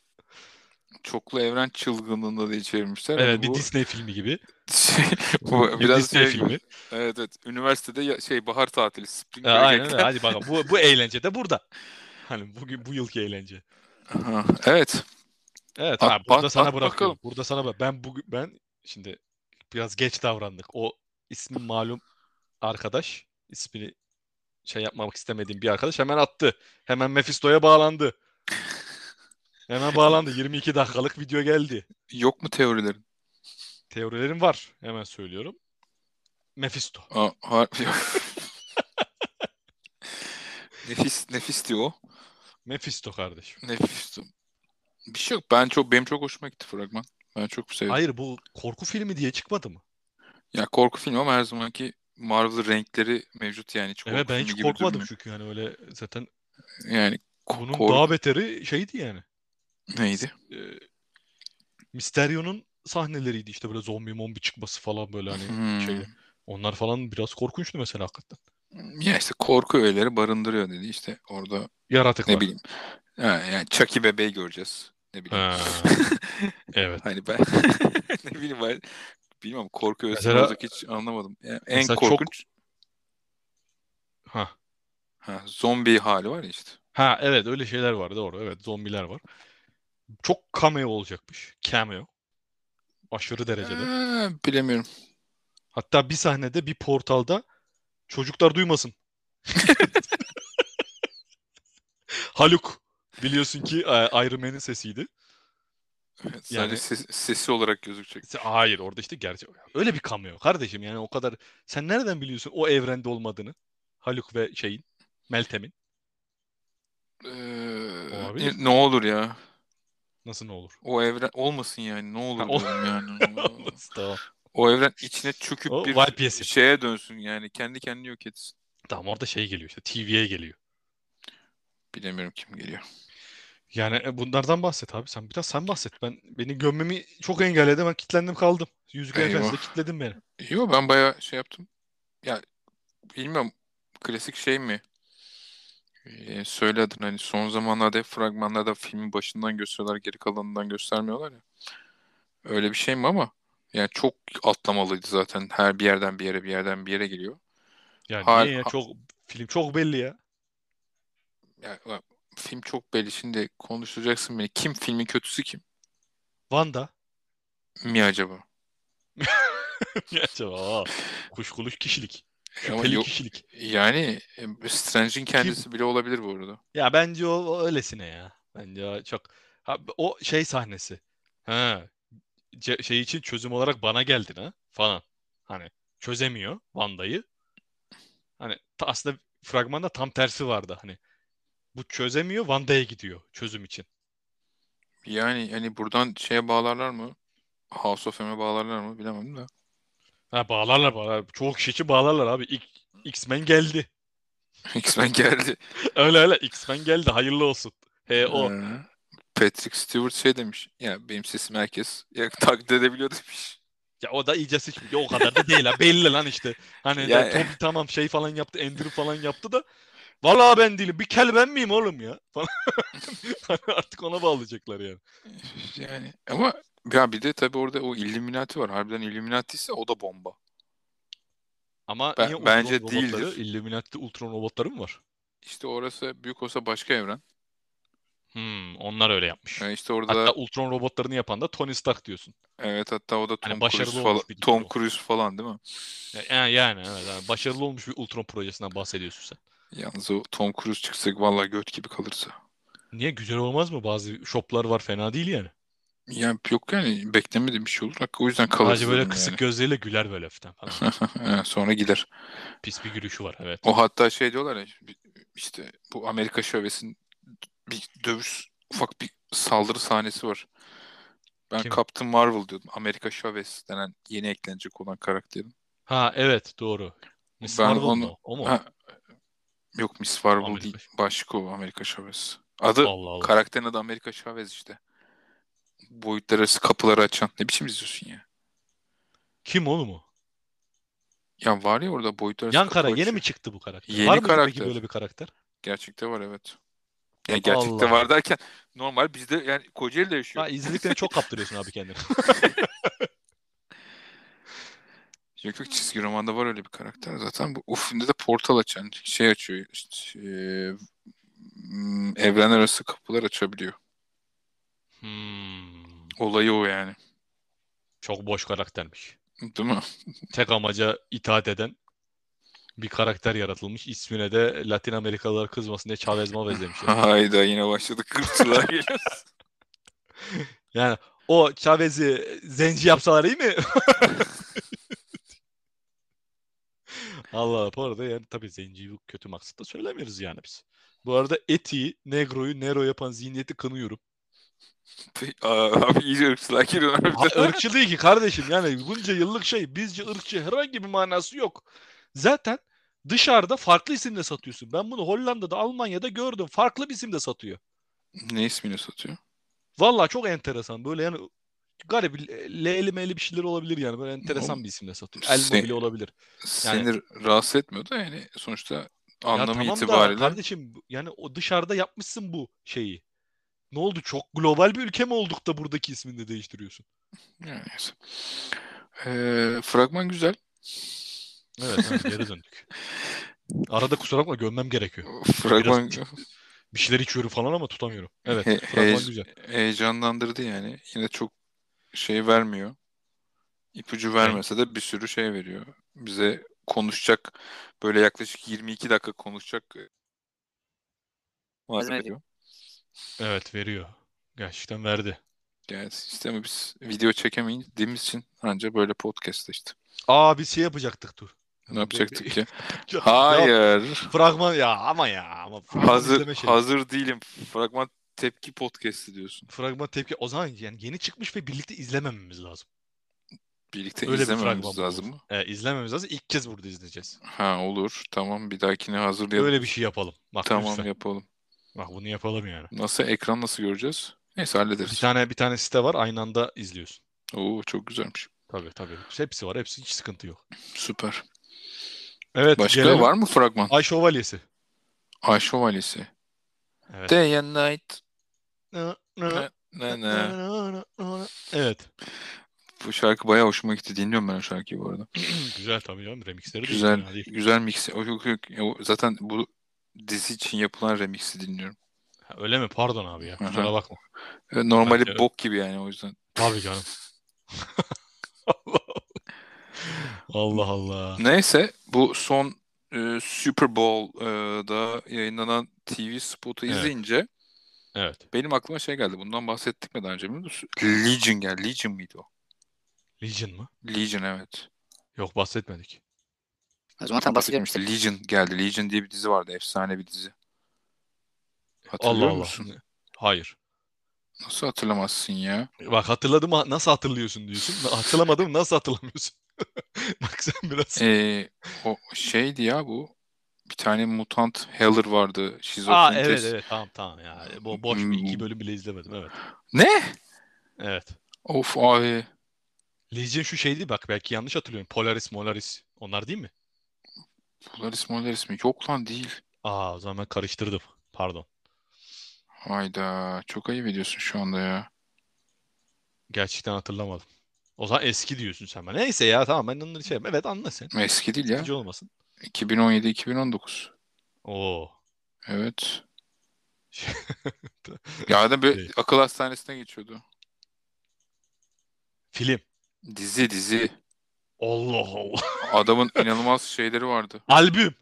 S2: çoklu evren çılgınlığında diye çevirmişler.
S1: Evet
S2: Hani
S1: bir
S2: bu,
S1: Disney filmi *laughs* gibi.
S2: *laughs* şey, bu
S1: Bir
S2: biraz
S1: Disney
S2: şey gibi.
S1: *laughs* filmi.
S2: Evet evet. Üniversitede ya- şey bahar tatili. Spring
S1: Ya, aynen öyle.
S2: break'ten.
S1: Hadi bakalım. Bu, bu eğlence de burada. Hani bugün bu yılki eğlence.
S2: Ha, evet.
S1: Evet
S2: Bak-
S1: abi burada
S2: bak-
S1: sana
S2: bak
S1: bırakıyorum.
S2: bakalım.
S1: Burada sana bak. Ben bugün ben şimdi biraz geç davrandık. O ismi malum arkadaş ismini şey yapmamak istemediğim bir arkadaş hemen attı. Hemen Mephisto'ya bağlandı. Hemen bağlandı. 22 dakikalık video geldi.
S2: Yok mu teorilerin?
S1: Teorilerim var. Hemen söylüyorum. Mephisto.
S2: Aa, har- *laughs* nefis nefis diyor o.
S1: Mephisto kardeşim.
S2: Nefis. Bir şey yok. Ben çok benim çok hoşuma gitti fragman. Ben çok sevdim.
S1: Hayır bu korku filmi diye çıkmadı mı?
S2: Ya korku filmi ama her zamanki Marvel renkleri mevcut yani hiç
S1: Evet
S2: korku
S1: ben
S2: filmi
S1: hiç
S2: gibi
S1: korkmadım
S2: durmuyor.
S1: çünkü hani öyle zaten
S2: Yani ko-
S1: bunun
S2: korku
S1: daha beteri şeydi yani.
S2: neydi?
S1: e, Mysterio'nun sahneleriydi işte böyle zombi mombi çıkması falan böyle hani
S2: Hmm.
S1: şeyde. Onlar falan biraz korkunçtu mesela hakikaten.
S2: Ya işte korku öğeleri barındırıyor dedi işte orada
S1: Yaratık
S2: ne
S1: var.
S2: bileyim. Ha, yani Chucky bebeği göreceğiz. Ne bileyim. *laughs*
S1: Ha, evet.
S2: Hani ben *laughs* ne bileyim ben bilmiyorum korku öğesi
S1: Mesela-
S2: olacak hiç anlamadım. Yani en
S1: Mesela çok-
S2: korkunç
S1: Ha.
S2: ha, zombi hali var ya işte.
S1: ha evet öyle şeyler var doğru. Evet zombiler var. Çok cameo olacakmış. Cameo. Aşırı derecede.
S2: Ha, bilemiyorum.
S1: Hatta bir sahnede bir portalda çocuklar
S2: *laughs*
S1: duymasın. *laughs* Haluk biliyorsun ki e, Iron Man'in sesiydi.
S2: Evet, sadece
S1: Yani-
S2: ses- sesi olarak gözükecek.
S1: Se- Hayır orada işte gerçek. Öyle bir cameo kardeşim yani o kadar. Sen nereden biliyorsun o evrende olmadığını? Haluk ve şeyin. Meltem'in.
S2: Ee,
S1: Olabilir.
S2: ne olur ya.
S1: Nasıl ne olur?
S2: O evren olmasın yani ne olur
S1: Ha, ol-
S2: diyorum
S1: *laughs*
S2: yani. O-
S1: tamam.
S2: o evren içine çöküp
S1: O
S2: bir
S1: YPS.
S2: şeye dönsün yani kendi kendini yok etsin.
S1: Tamam orada şey geliyor işte TV'ye geliyor.
S2: Bilemiyorum kim geliyor.
S1: Yani e, bunlardan bahset abi sen biraz sen bahset. Ben beni gömmemi çok engelledi ben kilitlendim kaldım. Yüzük
S2: Eyvah.
S1: Efendisi'de kilitledin beni.
S2: Yo ben bayağı şey yaptım. Ya bilmiyorum klasik şey mi? Ee, söyle adını hani son zamanlarda hep fragmanlarda filmin başından gösteriyorlar geri kalanından göstermiyorlar ya. Öyle bir şey mi ama yani çok atlamalıydı zaten her bir yerden bir yere bir yerden bir yere geliyor.
S1: Yani
S2: Har-
S1: niye ya?
S2: ha-
S1: Çok film çok belli ya.
S2: Ya, ya, film çok belli şimdi konuşacaksın beni. Kim filmin kötüsü kim? *laughs*
S1: Wanda.
S2: Mi acaba?
S1: Ya Acaba aa, kuşkulu kişilik.
S2: Ama
S1: Şüpheli
S2: yok-
S1: kişilik.
S2: Yani e, Strange'in kendisi bile olabilir bu arada.
S1: Ya bence o, o öylesine ya. Bence o çok ha, o şey sahnesi. Ha, ce- şey için çözüm olarak bana geldin ha falan. Hani çözemiyor Wanda'yı. Hani ta- aslında fragmanda tam tersi vardı hani. Bu çözemiyor Wanda'ya gidiyor çözüm için.
S2: Yani hani buradan şeye bağlarlar mı? House of M'e bağlarlar mı bilemem de. *laughs*
S1: Ha bağlarlar bağlarlar. Çoğu kişi için bağlarlar abi. İlk X-Men geldi. *laughs*
S2: X-Men geldi.
S1: Öyle öyle X-Men geldi. Hayırlı olsun. He E, o.
S2: Ee, Patrick Stewart şey demiş. Ya benim sesim herkes *laughs* ya, taklit edebiliyor demiş.
S1: Ya o da iyice sıçmış. Ya O kadar da değil ha. Belli lan işte. Hani de
S2: Ya-
S1: Tom tamam şey falan yaptı. Andrew falan yaptı da. Vallahi ben değilim. Bir kel ben miyim oğlum ya? *laughs* Falan. Hani Artık ona bağlayacaklar yani.
S2: Yani ama ya bir de tabii orada o Illuminati var. Harbiden Illuminati ise o da bomba.
S1: Ama
S2: Ben-
S1: niye Ultron
S2: bence
S1: robotları?
S2: değildir.
S1: Illuminati'de Ultron robotları mı var?
S2: İşte orası büyük olsa başka evren.
S1: Hmm, onlar öyle yapmış.
S2: Yani işte orada
S1: Hatta Ultron robotlarını yapan da Tony Stark diyorsun.
S2: evet hatta o da
S1: Hani
S2: Tom
S1: başarılı
S2: Cruise
S1: olmuş
S2: falan,
S1: bir dizi
S2: Tom
S1: o.
S2: Cruise falan değil mi?
S1: Ya- Yani, evet, yani başarılı olmuş bir Ultron projesinden bahsediyorsun sen.
S2: Yalnız o Tom Cruise çıksak vallahi göt gibi kalırsa.
S1: Niye güzel olmaz mı? Bazı şoplar var fena değil yani.
S2: Yani yok yani beklemediğim bir şey olur. Hakikaten O yüzden kalırız
S1: Sadece böyle
S2: dedim
S1: kısık
S2: yani.
S1: gözleriyle güler böyle hafiften falan.
S2: *laughs* Ha, Sonra gider.
S1: Pis bir gülüşü var evet.
S2: O hatta şey diyorlar ya işte bu Amerika şövesinin bir dövüş ufak bir saldırı sahnesi var. Ben
S1: Kim?
S2: Captain Marvel diyordum. Amerika Chavez denen yeni eklenecek olan karakterim.
S1: Ha evet doğru. Miss
S2: Ben
S1: Marvel
S2: onu-
S1: mı? O mu?
S2: Ha, yok Miss Marvel
S1: Amerika
S2: değil.
S1: Chavez.
S2: Başka o Amerika Chavez. Adı
S1: Allah Allah.
S2: karakterin adı Amerika Chavez işte. Boyutlar arası kapıları açan. Ne biçim izliyorsun ya?
S1: Kim oğlum o?
S2: Ya var ya orada boyutlar arası
S1: Yan
S2: kapı
S1: kara yeni
S2: açıyor.
S1: mi çıktı bu karakter?
S2: Yeni
S1: Var mıydı peki
S2: karakter.
S1: böyle bir karakter?
S2: Gerçekte var evet. Yani gerçekte
S1: Allah.
S2: var derken normal bizde yani Kocaeli'de yaşıyor.
S1: Ha izlediklerini çok kaptırıyorsun abi
S2: *laughs*
S1: kendini.
S2: Yok yok çizgi romanda var öyle bir karakter zaten. Bu, o filmde de portal açan şey açıyor. işte, eee, m, evren arası kapılar açabiliyor.
S1: Hmm,
S2: Olayı o yani.
S1: çok boş karaktermiş.
S2: Değil mi?
S1: Tek amaca itaat eden bir karakter yaratılmış. İsmine de Latin Amerikalılar kızmasın diye Chavez Mavez demişler.
S2: *laughs* Hayda yine başladık
S1: *laughs*
S2: kırpçılar geliyoruz.
S1: Yani o Chavez'i zenci yapsalar iyi mi? Allah Allah. Bu arada yani tabii zenciyi bu kötü maksatla söylemiyoruz yani biz. Bu arada Eti'yi, Negro'yu, Nero yapan zihniyeti kınıyorum.
S2: Aa, abi iyice ırkçılar geliyor
S1: Ha,
S2: harbiden.
S1: ırkçı değil ki kardeşim yani bunca yıllık şey bizce ırkçı herhangi bir manası yok. Zaten dışarıda farklı isimle satıyorsun. Ben bunu Hollanda'da, Almanya'da gördüm. Farklı bir isimle satıyor.
S2: Ne ismini satıyor?
S1: Vallahi çok enteresan. Böyle yani garip L'li meyli bir şeyler olabilir yani. Böyle enteresan bir isimle satıyor. Elma
S2: Se-
S1: bile olabilir.
S2: Seni rahatsız etmiyor da yani sonuçta
S1: Ya
S2: anlamı
S1: tamam da
S2: itibariyle
S1: kardeşim bu- yani o dışarıda yapmışsın bu şeyi. Ne oldu? Çok global bir ülke mi olduk da buradaki ismini de değiştiriyorsun?
S2: yani neyse. Eee, fragman güzel.
S1: Evet, evet geri döndük. *laughs* Arada kusura bakma gömmem gerekiyor.
S2: Fragman *laughs*
S1: Bir şeyler içiyorum falan ama tutamıyorum. Evet,
S2: He-
S1: fragman
S2: heyez-
S1: güzel.
S2: heyecanlandırdı yani. Yine çok şey vermiyor. İpucu vermese de bir sürü şey veriyor. Bize konuşacak böyle yaklaşık 22 dakika konuşacak e, vaat
S3: Vermedi.
S2: ediyor.
S1: Evet, veriyor. Gerçekten verdi.
S2: Yani işte ama biz video çekemediğimiz için ancak böyle podcast işte.
S1: Aa biz şey yapacaktık dur.
S2: Ne yapacaktık ki?
S1: *laughs* Ya,
S2: Hayır.
S1: Fragman ya ama ya ama fragman
S2: Hazır
S1: izleme şey. şeyi.
S2: hazır değilim. Fragman tepki podcast'i diyorsun.
S1: Fragman tepki o zaman yani yeni çıkmış ve birlikte izlemememiz lazım.
S2: Birlikte
S1: Öyle bir fragman
S2: izlememiz
S1: bu.
S2: lazım mı?
S1: Ee, izlememiz lazım. İlk kez burada izleyeceğiz.
S2: Ha olur. Tamam bir dahakine hazırlayalım.
S1: Böyle bir şey yapalım. Bak
S2: tamam
S1: lütfen.
S2: yapalım.
S1: Bak bunu yapalım yani.
S2: Nasıl ekran nasıl göreceğiz? Neyse
S1: Bir
S2: hallederiz.
S1: tane bir tane site var aynı anda izliyorsun.
S2: Oo çok güzelmiş.
S1: Tabii tabii. Hepsi var. Hepsi hiç sıkıntı yok.
S2: Süper.
S1: Evet.
S2: Başka
S1: gelelim.
S2: var mı fragman?
S1: Ay Şövalyesi.
S2: Ay Şövalyesi.
S1: Evet.
S2: Day and night.
S1: Nı,
S2: Ne,
S1: nı,
S2: ne,
S1: nı,
S2: ne.
S1: nı, nı, nı. Evet. *clears throat*
S2: Bu şarkı bayağı hoşuma gitti. Dinliyorum ben o şarkıyı bu arada.
S1: Güzel tabii canım. Remixleri de
S2: Güzel
S1: fena değil.
S2: güzel mix. O, yok, yok. O Zaten bu dizi için yapılan remix'i dinliyorum.
S1: Ha, öyle mi? Pardon abi ya. Kusura
S2: Aha.
S1: bakma.
S2: E, Normali
S1: Bence-
S2: bok gibi yani o yüzden.
S1: Tabii canım. *laughs* Allah Allah. Allah.
S2: Neyse bu son e, Super Bowl'da yayınlanan TV spotu
S1: Evet.
S2: izleyince
S1: Evet.
S2: benim aklıma şey geldi. Bundan bahsettik mi daha önce? bilmiyorum da, Legion geldi. Legion mıydı o?
S1: Legion mı?
S2: Legion evet.
S1: Yok bahsetmedik.
S3: O zaman tam bahsediyorum işte.
S2: Legion geldi. Legion diye bir dizi vardı. Efsane bir dizi. Hatırlıyor
S1: Allah Allah.
S2: musun?
S1: Hayır.
S2: Nasıl hatırlamazsın ya?
S1: Bak hatırladım ha- nasıl hatırlıyorsun diyorsun. Hatırlamadım nasıl hatırlamıyorsun? *laughs* Bak sen biraz.
S2: Ee, o şeydi ya bu. Bir tane mutant Heller vardı.
S1: Aa
S2: Şizofren
S1: evet
S2: test.
S1: evet tamam tamam ya. Bo boş bir iki bölüm bile izlemedim evet.
S2: Ne?
S1: Evet.
S2: Of E. ay.
S1: Legion şu şeydi bak belki yanlış hatırlıyorum. Polaris, Molaris onlar değil mi?
S2: Polaris Molaris mi? Yok lan değil.
S1: Aa o zaman ben karıştırdım. Pardon.
S2: Hayda. Çok ayıp ediyorsun şu anda ya.
S1: Gerçekten hatırlamadım. O zaman eski diyorsun sen bana. Neyse ya tamam ben onları şey yapayım. Evet anla sen.
S2: Eski değil ya.
S1: Sıkıcı olmasın.
S2: 2017-2019.
S1: Oo. *laughs*
S2: Evet. Ya da böyle
S1: Şey.
S2: akıl hastanesine geçiyordu.
S1: Film.
S2: Dizi dizi.
S1: Allah Allah. *laughs*
S2: Adamın inanılmaz şeyleri vardı.
S1: Albüm.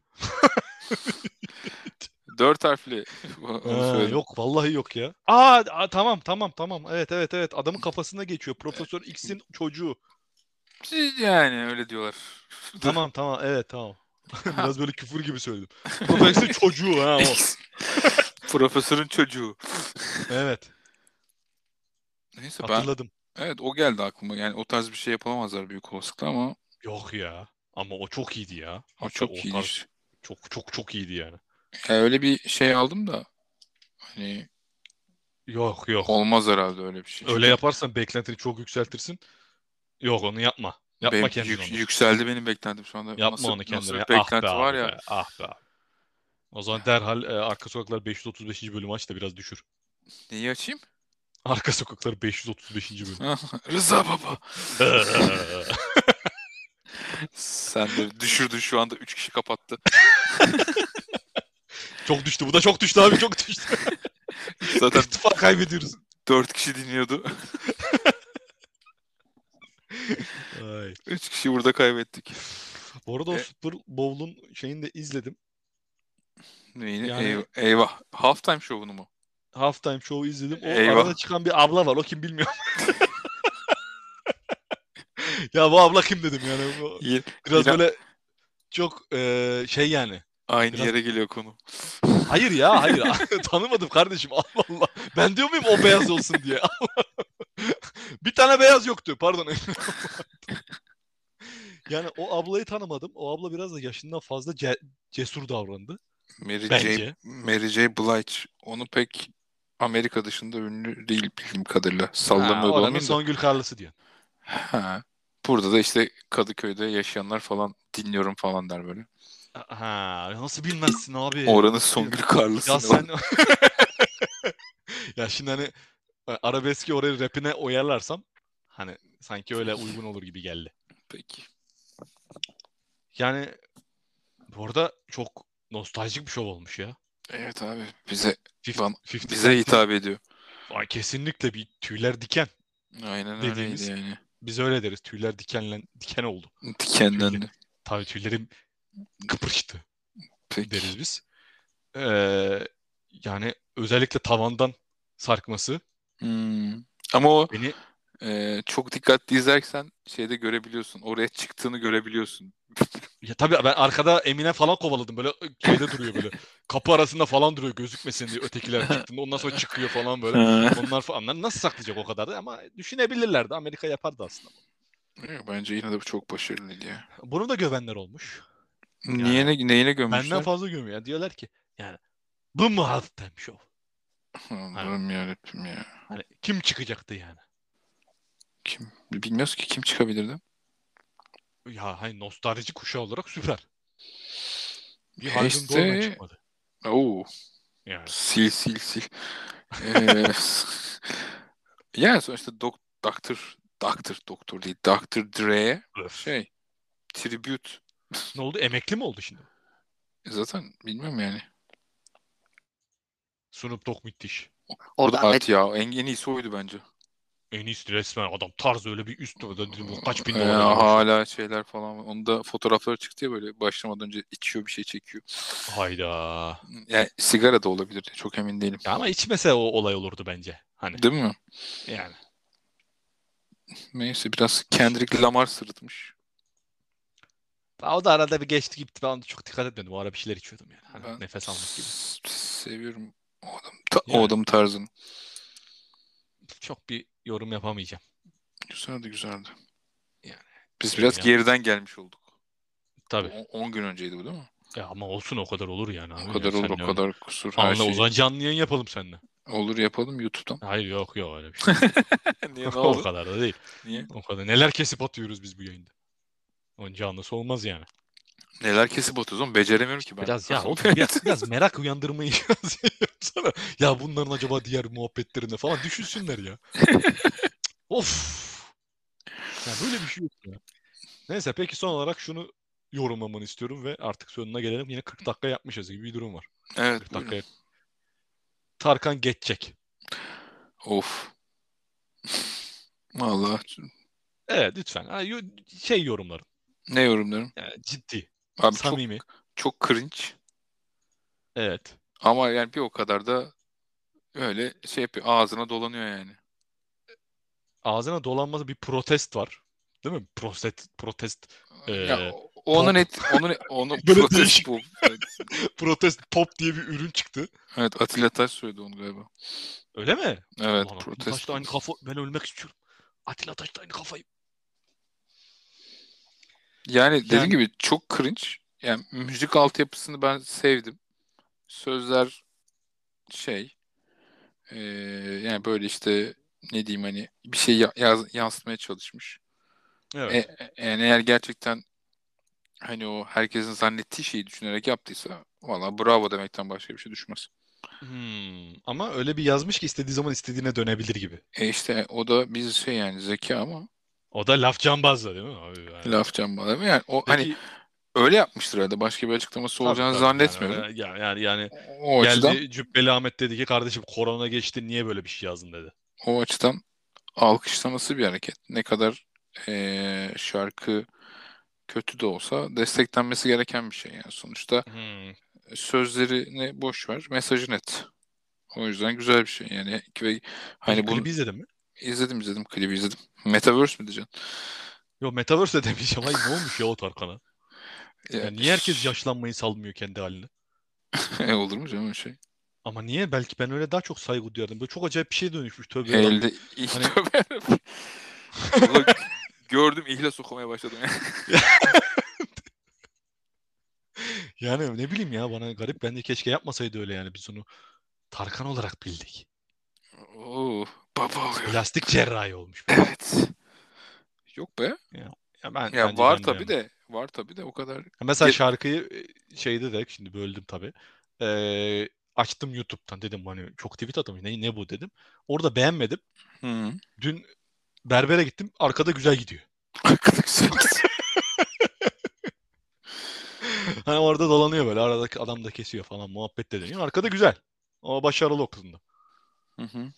S2: Dört harfli. *laughs* Onu
S1: Ha,
S2: söyledim.
S1: yok vallahi yok ya. Aa, aa, tamam tamam tamam. Evet evet evet. Adamın kafasına geçiyor. Profesör X'in çocuğu.
S2: Yani öyle diyorlar.
S1: Tamam tamam evet tamam. *laughs* Biraz böyle küfür gibi söyledim. Profesör X'in çocuğu ha o.
S2: X. *laughs* Profesörün çocuğu.
S1: Evet.
S2: Neyse ben
S1: Hatırladım.
S2: evet o geldi aklıma. Yani o tarz bir şey yapamazlar büyük olasılıkla ama
S1: Yok ya. Ama o çok iyiydi ya.
S2: o
S1: Hatta
S2: çok
S1: o
S2: iyi
S1: tarz-
S2: iş.
S1: Çok çok çok iyiydi yani.
S2: Ya öyle bir şey aldım da hani
S1: Yok yok.
S2: olmaz herhalde öyle bir şey.
S1: Öyle yaparsan beklentini çok yükseltirsin. Yok onu yapma. Yapma
S2: Benim
S1: kendine
S2: yük-
S1: onu.
S2: yükseldi benim beklentim şu anda.
S1: Yapma
S2: Nasıl-
S1: onu kendine.
S2: nasıl bir
S1: ah be
S2: beklenti
S1: abi
S2: var ya.
S1: be, Ah be abi. O zaman derhal e, Arka Sokaklar 535. bölümü aç da biraz düşür.
S2: Neyi açayım? *laughs*
S1: Arka Sokaklar 535. bölüm. *laughs*
S2: Rıza baba. Sen de düşürdün şu anda 3 kişi kapattı.
S1: çok düştü. Bu da çok düştü abi. Çok düştü. *laughs*
S2: Zaten
S1: İstifa kaybediyoruz.
S2: 4 kişi dinliyordu. *laughs*
S1: Ay.
S2: 3 kişi burada kaybettik.
S1: Bu arada o
S2: E-
S1: Super Bowl'un şeyini de izledim.
S2: Neyini?
S1: Yani-
S2: Eyvah. eyvah. Halftime şovunu mu?
S1: Halftime Show'u izledim. O
S2: Eyvah.
S1: arada çıkan bir abla var. O kim bilmiyorum. *laughs* ya bu abla kim dedim yani. Bu-
S2: Yine-
S1: Biraz
S2: İnan-
S1: böyle çok e, şey yani.
S2: Aynı
S1: Biraz-
S2: yere geliyor konu.
S1: Hayır ya hayır. *laughs* Tanımadım kardeşim. Allah Allah. Ben diyor muyum o beyaz olsun diye. *laughs* Allah. bir tane beyaz yoktu. Pardon. *laughs* yani o ablayı tanımadım. O abla biraz da yaşından fazla ce- cesur davrandı.
S2: Mary J.
S1: Bence.
S2: Mary J. Blige. Onu pek Amerika dışında ünlü değil bildiğim kadarıyla. Sallamıyor
S1: Ha,
S2: da
S1: oranın
S2: olmayayım da.
S1: Songül Karlısı diyor.
S2: Ha. Burada da işte Kadıköy'de yaşayanlar falan dinliyorum falan der böyle.
S1: Ha, nasıl bilmezsin abi?
S2: Oranın Songül Karlısı.
S1: Ee, Ya sen... *laughs* ya şimdi hani e, arabeski orayı rapine uyarlarsam hani sanki öyle uygun olur gibi geldi.
S2: Peki.
S1: Yani bu arada çok nostaljik bir şov olmuş ya.
S2: Evet abi bize
S1: Fif-
S2: Bana-
S1: 50
S2: bize
S1: Cent'in-
S2: hitap ediyor.
S1: Ay, kesinlikle bir tüyler diken.
S2: Aynen
S1: Dediğimiz-
S2: öyleydi yani.
S1: Biz öyle deriz. Tüyler dikenlen diken oldu.
S2: Dikenlendi.
S1: Tabii tüylerim kıpırıştı
S2: Peki.
S1: deriz biz. Ee, yani özellikle tavandan sarkması
S2: Hmm. Ama o
S1: beni
S2: e, çok dikkatli izlersen şeyde görebiliyorsun. Oraya çıktığını görebiliyorsun.
S1: Ya tabii ben arkada Emine falan kovaladım böyle şeyde duruyor
S2: *laughs*
S1: böyle. Kapı arasında falan duruyor gözükmesin diye ötekiler çıktığında ondan sonra çıkıyor falan böyle.
S2: *laughs* şey
S1: Onlar falan Onlar nasıl saklayacak o kadar da ama düşünebilirlerdi. Amerika yapardı aslında.
S2: Yok, Bence yine de bu çok başarılıydı ya.
S1: Bunu da gövenler olmuş.
S2: Niye ne, neyine gömmüşler?
S1: Benden fazla gömüyor. Diyorlar ki yani bu mu halftime show?
S2: Allah'ım yarabbim ya.
S1: Hani kim çıkacaktı yani?
S2: Kim? Bilmiyoruz ki kim çıkabilirdi.
S1: Ya hani nostalji kuşağı olarak süper. Bir
S2: Ya
S1: Haldun
S2: işte-
S1: Dorman çıkmadı.
S2: Oo.
S1: Yani.
S2: Sil sil sil. Ee, *laughs* yani sonuçta dok doktor doktor doktor değil Dr. Dre'ye şey tribute
S1: Ne oldu? Emekli mi oldu şimdi?
S2: E zaten bilmiyorum yani.
S1: Snoop Dogg müthiş.
S2: Orada
S3: Orada
S2: Art
S3: Ahmet
S2: ya en, en iyisi oydu bence.
S1: En iyisi resmen adam tarz öyle bir üst orada bu kaç bin
S2: Ee,
S1: dolar. alıyor.
S2: hala şeyler falan. var. Onda fotoğrafları çıktı ya böyle başlamadan önce içiyor bir şey çekiyor.
S1: Hayda.
S2: Yani sigara da olabilir. Çok emin değilim.
S1: Ya ama içmese o olay olurdu bence. Hani
S2: Değil mi?
S1: yani.
S2: Neyse biraz Kendrick Lamar sırıtmış.
S1: Ha, O da arada bir geçti gitti. Ben ona çok dikkat etmedim. O ara bir şeyler içiyordum yani. Hani
S2: Ben
S1: nefes almak gibi.
S2: s- Seviyorum o adam, ta- o
S1: Yani.
S2: adam tarzını.
S1: Çok bir yorum yapamayacağım.
S2: Güzeldi güzeldi.
S1: Yani.
S2: Biz biraz
S1: Ya.
S2: geriden gelmiş olduk.
S1: Tabii.
S2: 10 gün önceydi bu değil mi?
S1: Ya E, ama olsun o kadar olur yani. abi.
S2: O kadar
S1: Yani
S2: olur
S1: seninle
S2: o kadar kusur
S1: öyle-
S2: her
S1: Anla
S2: şey.
S1: o zaman canlı yayın yapalım seninle.
S2: Olur yapalım
S1: *laughs*
S2: YouTube'dan.
S1: Hayır yok yok öyle bir şey.
S2: Niye ne
S1: *laughs* o
S2: oldu?
S1: kadar da değil.
S2: Niye?
S1: O kadar. Neler kesip atıyoruz biz bu yayında. Onun canlısı olmaz yani.
S2: Neler kesip atıyoruz oğlum beceremiyorum ki ben.
S1: Biraz
S2: *laughs*
S1: ya oğlum biraz, biraz merak uyandırmayı *laughs* sana. Ya bunların acaba diğer muhabbetlerinde falan düşünsünler
S2: *laughs*
S1: ya. of. Ya böyle bir şey yok ya. Neyse peki son olarak şunu yorumlamanı istiyorum ve artık sonuna gelelim. Yine 40 dakika yapmışız gibi bir durum var.
S2: Evet
S1: 40
S2: buyurun.
S1: dakika. Tarkan geçecek.
S2: Of. Vallahi
S1: Evet lütfen. Ha, yo- Şey yorumların.
S2: ne yorumlarım?
S1: Yani ciddi,
S2: Abi çok
S1: samimi.
S2: çok cringe
S1: Evet.
S2: ama yani bir o kadar da öyle şey yapıyor ağzına dolanıyor yani.
S1: Ağzına dolanması bir protest var. Değil mi? Protest, protest, Ee,
S2: ya o- onun
S1: pop.
S2: et onun onun
S1: *laughs* Böyle
S2: protest
S1: değişik.
S2: bu. Evet,
S1: protest pop diye bir ürün çıktı.
S2: evet Atilla Taş söyledi onu galiba.
S1: Öyle mi? Ulan
S2: Evet
S1: Atilla
S2: protest.
S1: Taş'la aynı kafa ben ölmek istiyorum. Atilla Taş'la aynı kafayı.
S2: Yani dediğim
S1: Yani-
S2: gibi çok cringe. Yani müzik altyapısını ben sevdim. Sözler şey eee, yani böyle işte ne diyeyim hani bir şey ya- yaz- yansıtmaya çalışmış.
S1: Evet.
S2: E, e- yani eğer gerçekten hani o herkesin zannettiği şeyi düşünerek yaptıysa valla bravo demekten başka bir şey düşmez.
S1: Hmm, ama öyle bir yazmış ki istediği zaman istediğine dönebilir gibi.
S2: E işte o da bir şey yani zeka ama
S1: O da laf cambazla değil mi? Abi, yani.
S2: laf cambazı yani o hani
S1: Peki-
S2: öyle yapmıştır herhalde başka bir açıklaması
S1: Tabii,
S2: olacağını
S1: tabii,
S2: zannetmiyorum.
S1: Yani, yani, yani, yani
S2: O açıdan
S1: geldi Cübbeli Ahmet dedi ki kardeşim korona geçti niye böyle bir şey yazdın dedi.
S2: o açıdan alkışlaması bir hareket. Ne kadar eee, şarkı kötü de olsa desteklenmesi gereken bir şey yani sonuçta.
S1: Hmm,
S2: Sözlerini boş ver, mesajı net. O yüzden güzel bir şey yani. Ve hani
S1: Peki
S2: bunu
S1: klibi izledin mi?
S2: izledim izledim klibi izledim. *laughs* Metaverse mi diyeceksin?
S1: Yo Metaverse de demiş ama ne olmuş ya o Tarkan'a?
S2: *laughs* Ya,
S1: Ya niye
S2: *laughs*
S1: herkes yaşlanmayı salmıyor kendi haline?
S2: olur mu canım öyle şey?
S1: Ama niye? Belki ben öyle daha çok saygı duyardım. Böyle çok acayip bir şey dönüşmüş tövbe. yarabbim.
S2: *laughs* Elde ilk
S1: Hani-
S2: tövbe.
S1: *laughs*
S2: Ulan gördüm ihle sokamaya başladım.
S1: Yani ne bileyim ya bana garip. Ben de keşke yapmasaydı öyle yani. Biz onu Tarkan olarak bildik.
S2: Oo, baba oluyor.
S1: Plastik cerrahi olmuş.
S2: Evet. Yok be.
S1: Ya ben,
S2: Ya
S1: bence
S2: var
S1: ben
S2: tabii
S1: beğenmedim.
S2: de var tabii de o kadar
S1: Mesela
S2: Ge-
S1: şarkıyı e, şeyde de şimdi böldüm tabii. Ee, açtım YouTube'dan dedim hani çok tweet atmış. Ne, ne bu dedim. Orada beğenmedim.
S2: Hı. *laughs*
S1: Dün berbere gittim. Arkada güzel gidiyor. *laughs*
S2: Arkadaşlar.
S1: Hani orada dolanıyor böyle. Arada adam da kesiyor falan. Muhabbet de dönüyor. Arkada güzel. Ama başarılı o kızında.
S2: Hı hı.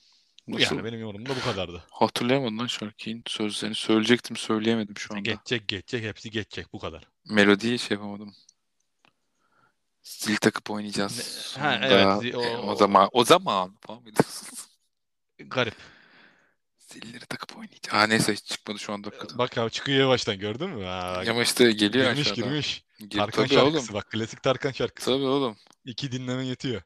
S1: Bu
S2: Nasıl?
S1: Yani benim yorumum da bu kadardı.
S2: Hatırlayamadım lan şarkının sözlerini. Söyleyecektim söyleyemedim şu anda.
S1: Geçecek geçecek. Hepsi geçecek. Bu kadar.
S2: Melodiyi şey yapamadım. Stil takıp oynayacağız
S1: Ne- ha,
S2: sonunda.
S1: evet,
S2: E,
S1: o-
S2: o zaman o zaman falan mıydı?
S1: Garip.
S2: *laughs* Zilleri takıp oynayacak. Aa neyse hiç çıkmadı şu anda hakikaten.
S1: Bak abi çıkıyor yavaştan gördün mü? Ha,
S2: Ama işte geliyor
S1: girmiş
S2: aşağıdan.
S1: girmiş.
S2: Gir-
S1: Tarkan
S2: tabii
S1: şarkısı
S2: oğlum.
S1: bak klasik Tarkan şarkısı.
S2: Tabii oğlum.
S1: İki dinleme yetiyor.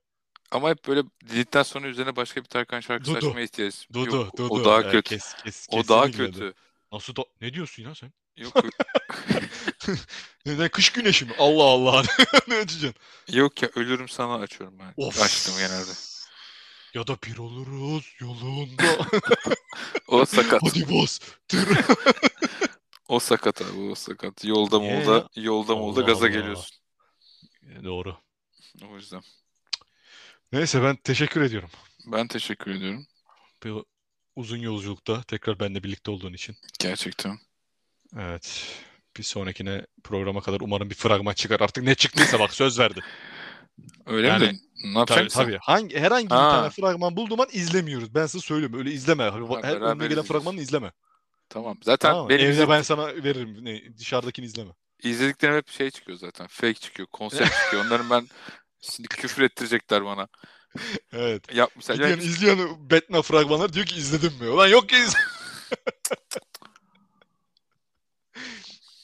S2: Ama hep böyle dilitten sonra üzerine başka bir Tarkan şarkısı
S1: Dudu.
S2: açmaya ihtiyaç.
S1: Dudu
S2: Yok,
S1: Dudu.
S2: O daha
S1: Ha,
S2: kötü.
S1: Ee, Kes, kes,
S2: O
S1: kesin
S2: daha
S1: bilmiyordu.
S2: kötü.
S1: Nasıl da... Ne diyorsun ya sen?
S2: Yok
S1: Neden kış güneşi mi? Allah Allah. *laughs* ne açacaksın?
S2: *laughs* yok ya ölürüm sana açıyorum ben. Açtım genelde.
S1: Ya da bir oluruz
S2: *laughs*
S1: yolunda.
S2: O sakat.
S1: Hadi boz. *laughs*
S2: O sakat abi o sakat. Yolda
S1: Niye
S2: molda yolda molda
S1: Allah
S2: gaza
S1: Allah.
S2: geliyorsun.
S1: Doğru.
S2: O yüzden.
S1: Neyse ben teşekkür ediyorum.
S2: Ben teşekkür ediyorum.
S1: Bu uzun yolculukta tekrar benimle birlikte olduğun için.
S2: Gerçekten.
S1: Evet. Bir sonrakine programa kadar umarım bir fragman çıkar. Artık ne çıktıysa bak söz verdi.
S2: Öyle
S1: Yani-
S2: mi? dedin? Ne yapacaksın
S1: Tabii
S2: ki sen?
S1: tabii. Hangi, herhangi bir
S2: Ha.
S1: tane fragman bulduğuman izlemiyoruz. Ben size söylüyorum. Öyle izleme. Her
S2: beraber
S1: önüne gelen
S2: izleyeceğiz.
S1: fragmanı izleme.
S2: Tamam. Zaten
S1: Tamam mı?
S2: benim
S1: Evde
S2: izledi-
S1: ben sana veririm. Ne, dışarıdakini izleme.
S2: izlediklerim hep şey çıkıyor zaten. Fake çıkıyor.
S1: *laughs*
S2: Konsept çıkıyor. Onların ben şimdi küfür ettirecekler bana.
S1: Evet.
S2: Yapmışlar. Ya,
S1: Gidiyorsun izliyorsun Batman fragmanları diyor ki izledim mi? Ulan yok ki iz- *laughs*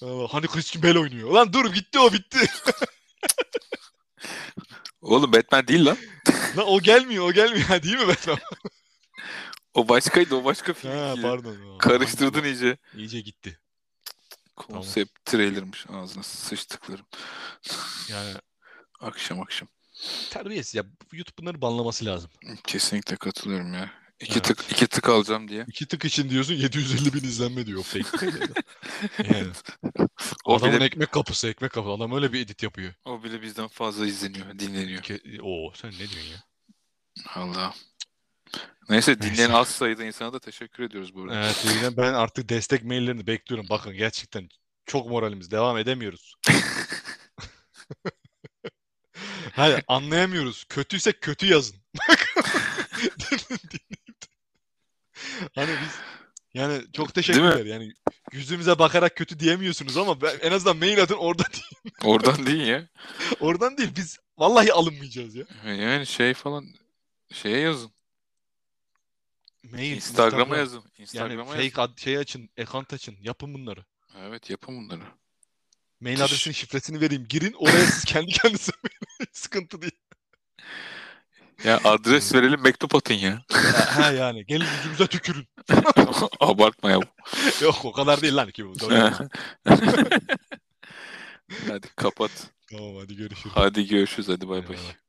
S1: Allah, hani Christian Bale oynuyor. Ulan dur gitti o bitti. *laughs*
S2: Oğlum Batman değil lan.
S1: Lan o gelmiyor o gelmiyor *laughs* Ha, değil mi Batman?
S2: O başkaydı. O başka film.
S1: ha,
S2: ki.
S1: pardon.
S2: Karıştırdın iyice.
S1: İyice gitti.
S2: Konsept trailermiş ağzına sıçtıklarım.
S1: Yani
S2: Akşam akşam.
S1: terbiyesiz ya. YouTube bunları banlaması lazım.
S2: Kesinlikle katılıyorum ya. İki
S1: Evet.
S2: tık iki tık alacağım diye.
S1: İki tık için diyorsun 750 bin izlenme diyor. Fake. yani.
S2: O
S1: Adamın
S2: bile,
S1: ekmek kapısı ekmek kapısı. Adam öyle bir edit yapıyor.
S2: o bile bizden fazla izleniyor, dinleniyor.
S1: Ke- Oo sen ne diyorsun ya?
S2: Allah. Neyse dinleyen
S1: Neyse.
S2: az sayıda insana da teşekkür ediyoruz bu arada.
S1: Evet yine ben artık destek maillerini bekliyorum. Bakın gerçekten çok moralimiz devam
S2: *laughs*
S1: edemiyoruz. Hayır anlayamıyoruz. Kötüyse kötü yazın. *laughs* Dinleyip de- hani biz yani çok teşekkürler. Yani yüzümüze bakarak kötü diyemiyorsunuz ama ben- en azından mail atın oradan değil.
S2: Oradan değil ya.
S1: Oradan değil. Biz vallahi alınmayacağız ya.
S2: Yani şey falan şeye yazın.
S1: Mail,
S2: Instagram'a
S1: Instagram.
S2: yazın.
S1: Yani
S2: Instagram'a
S1: fake
S2: yazın.
S1: ad- şey açın, account açın. Yapın bunları.
S2: Evet yapın bunları.
S1: Mail
S2: Teş-
S1: adresinin şifresini vereyim. Girin oraya siz kendi *laughs* kendinize mail- sıkıntı değil.
S2: Ya adres verelim mektup atın ya.
S1: ha yani gelin yüzümüze tükürün.
S2: *laughs* Abartma ya.
S1: Yok o kadar değil lan ki bu. Doğru.
S2: *laughs*
S1: *laughs*
S2: Hadi kapat.
S1: tamam hadi görüşürüz.
S2: Hadi görüşürüz. Hadi bay bay.
S1: Eyvallah.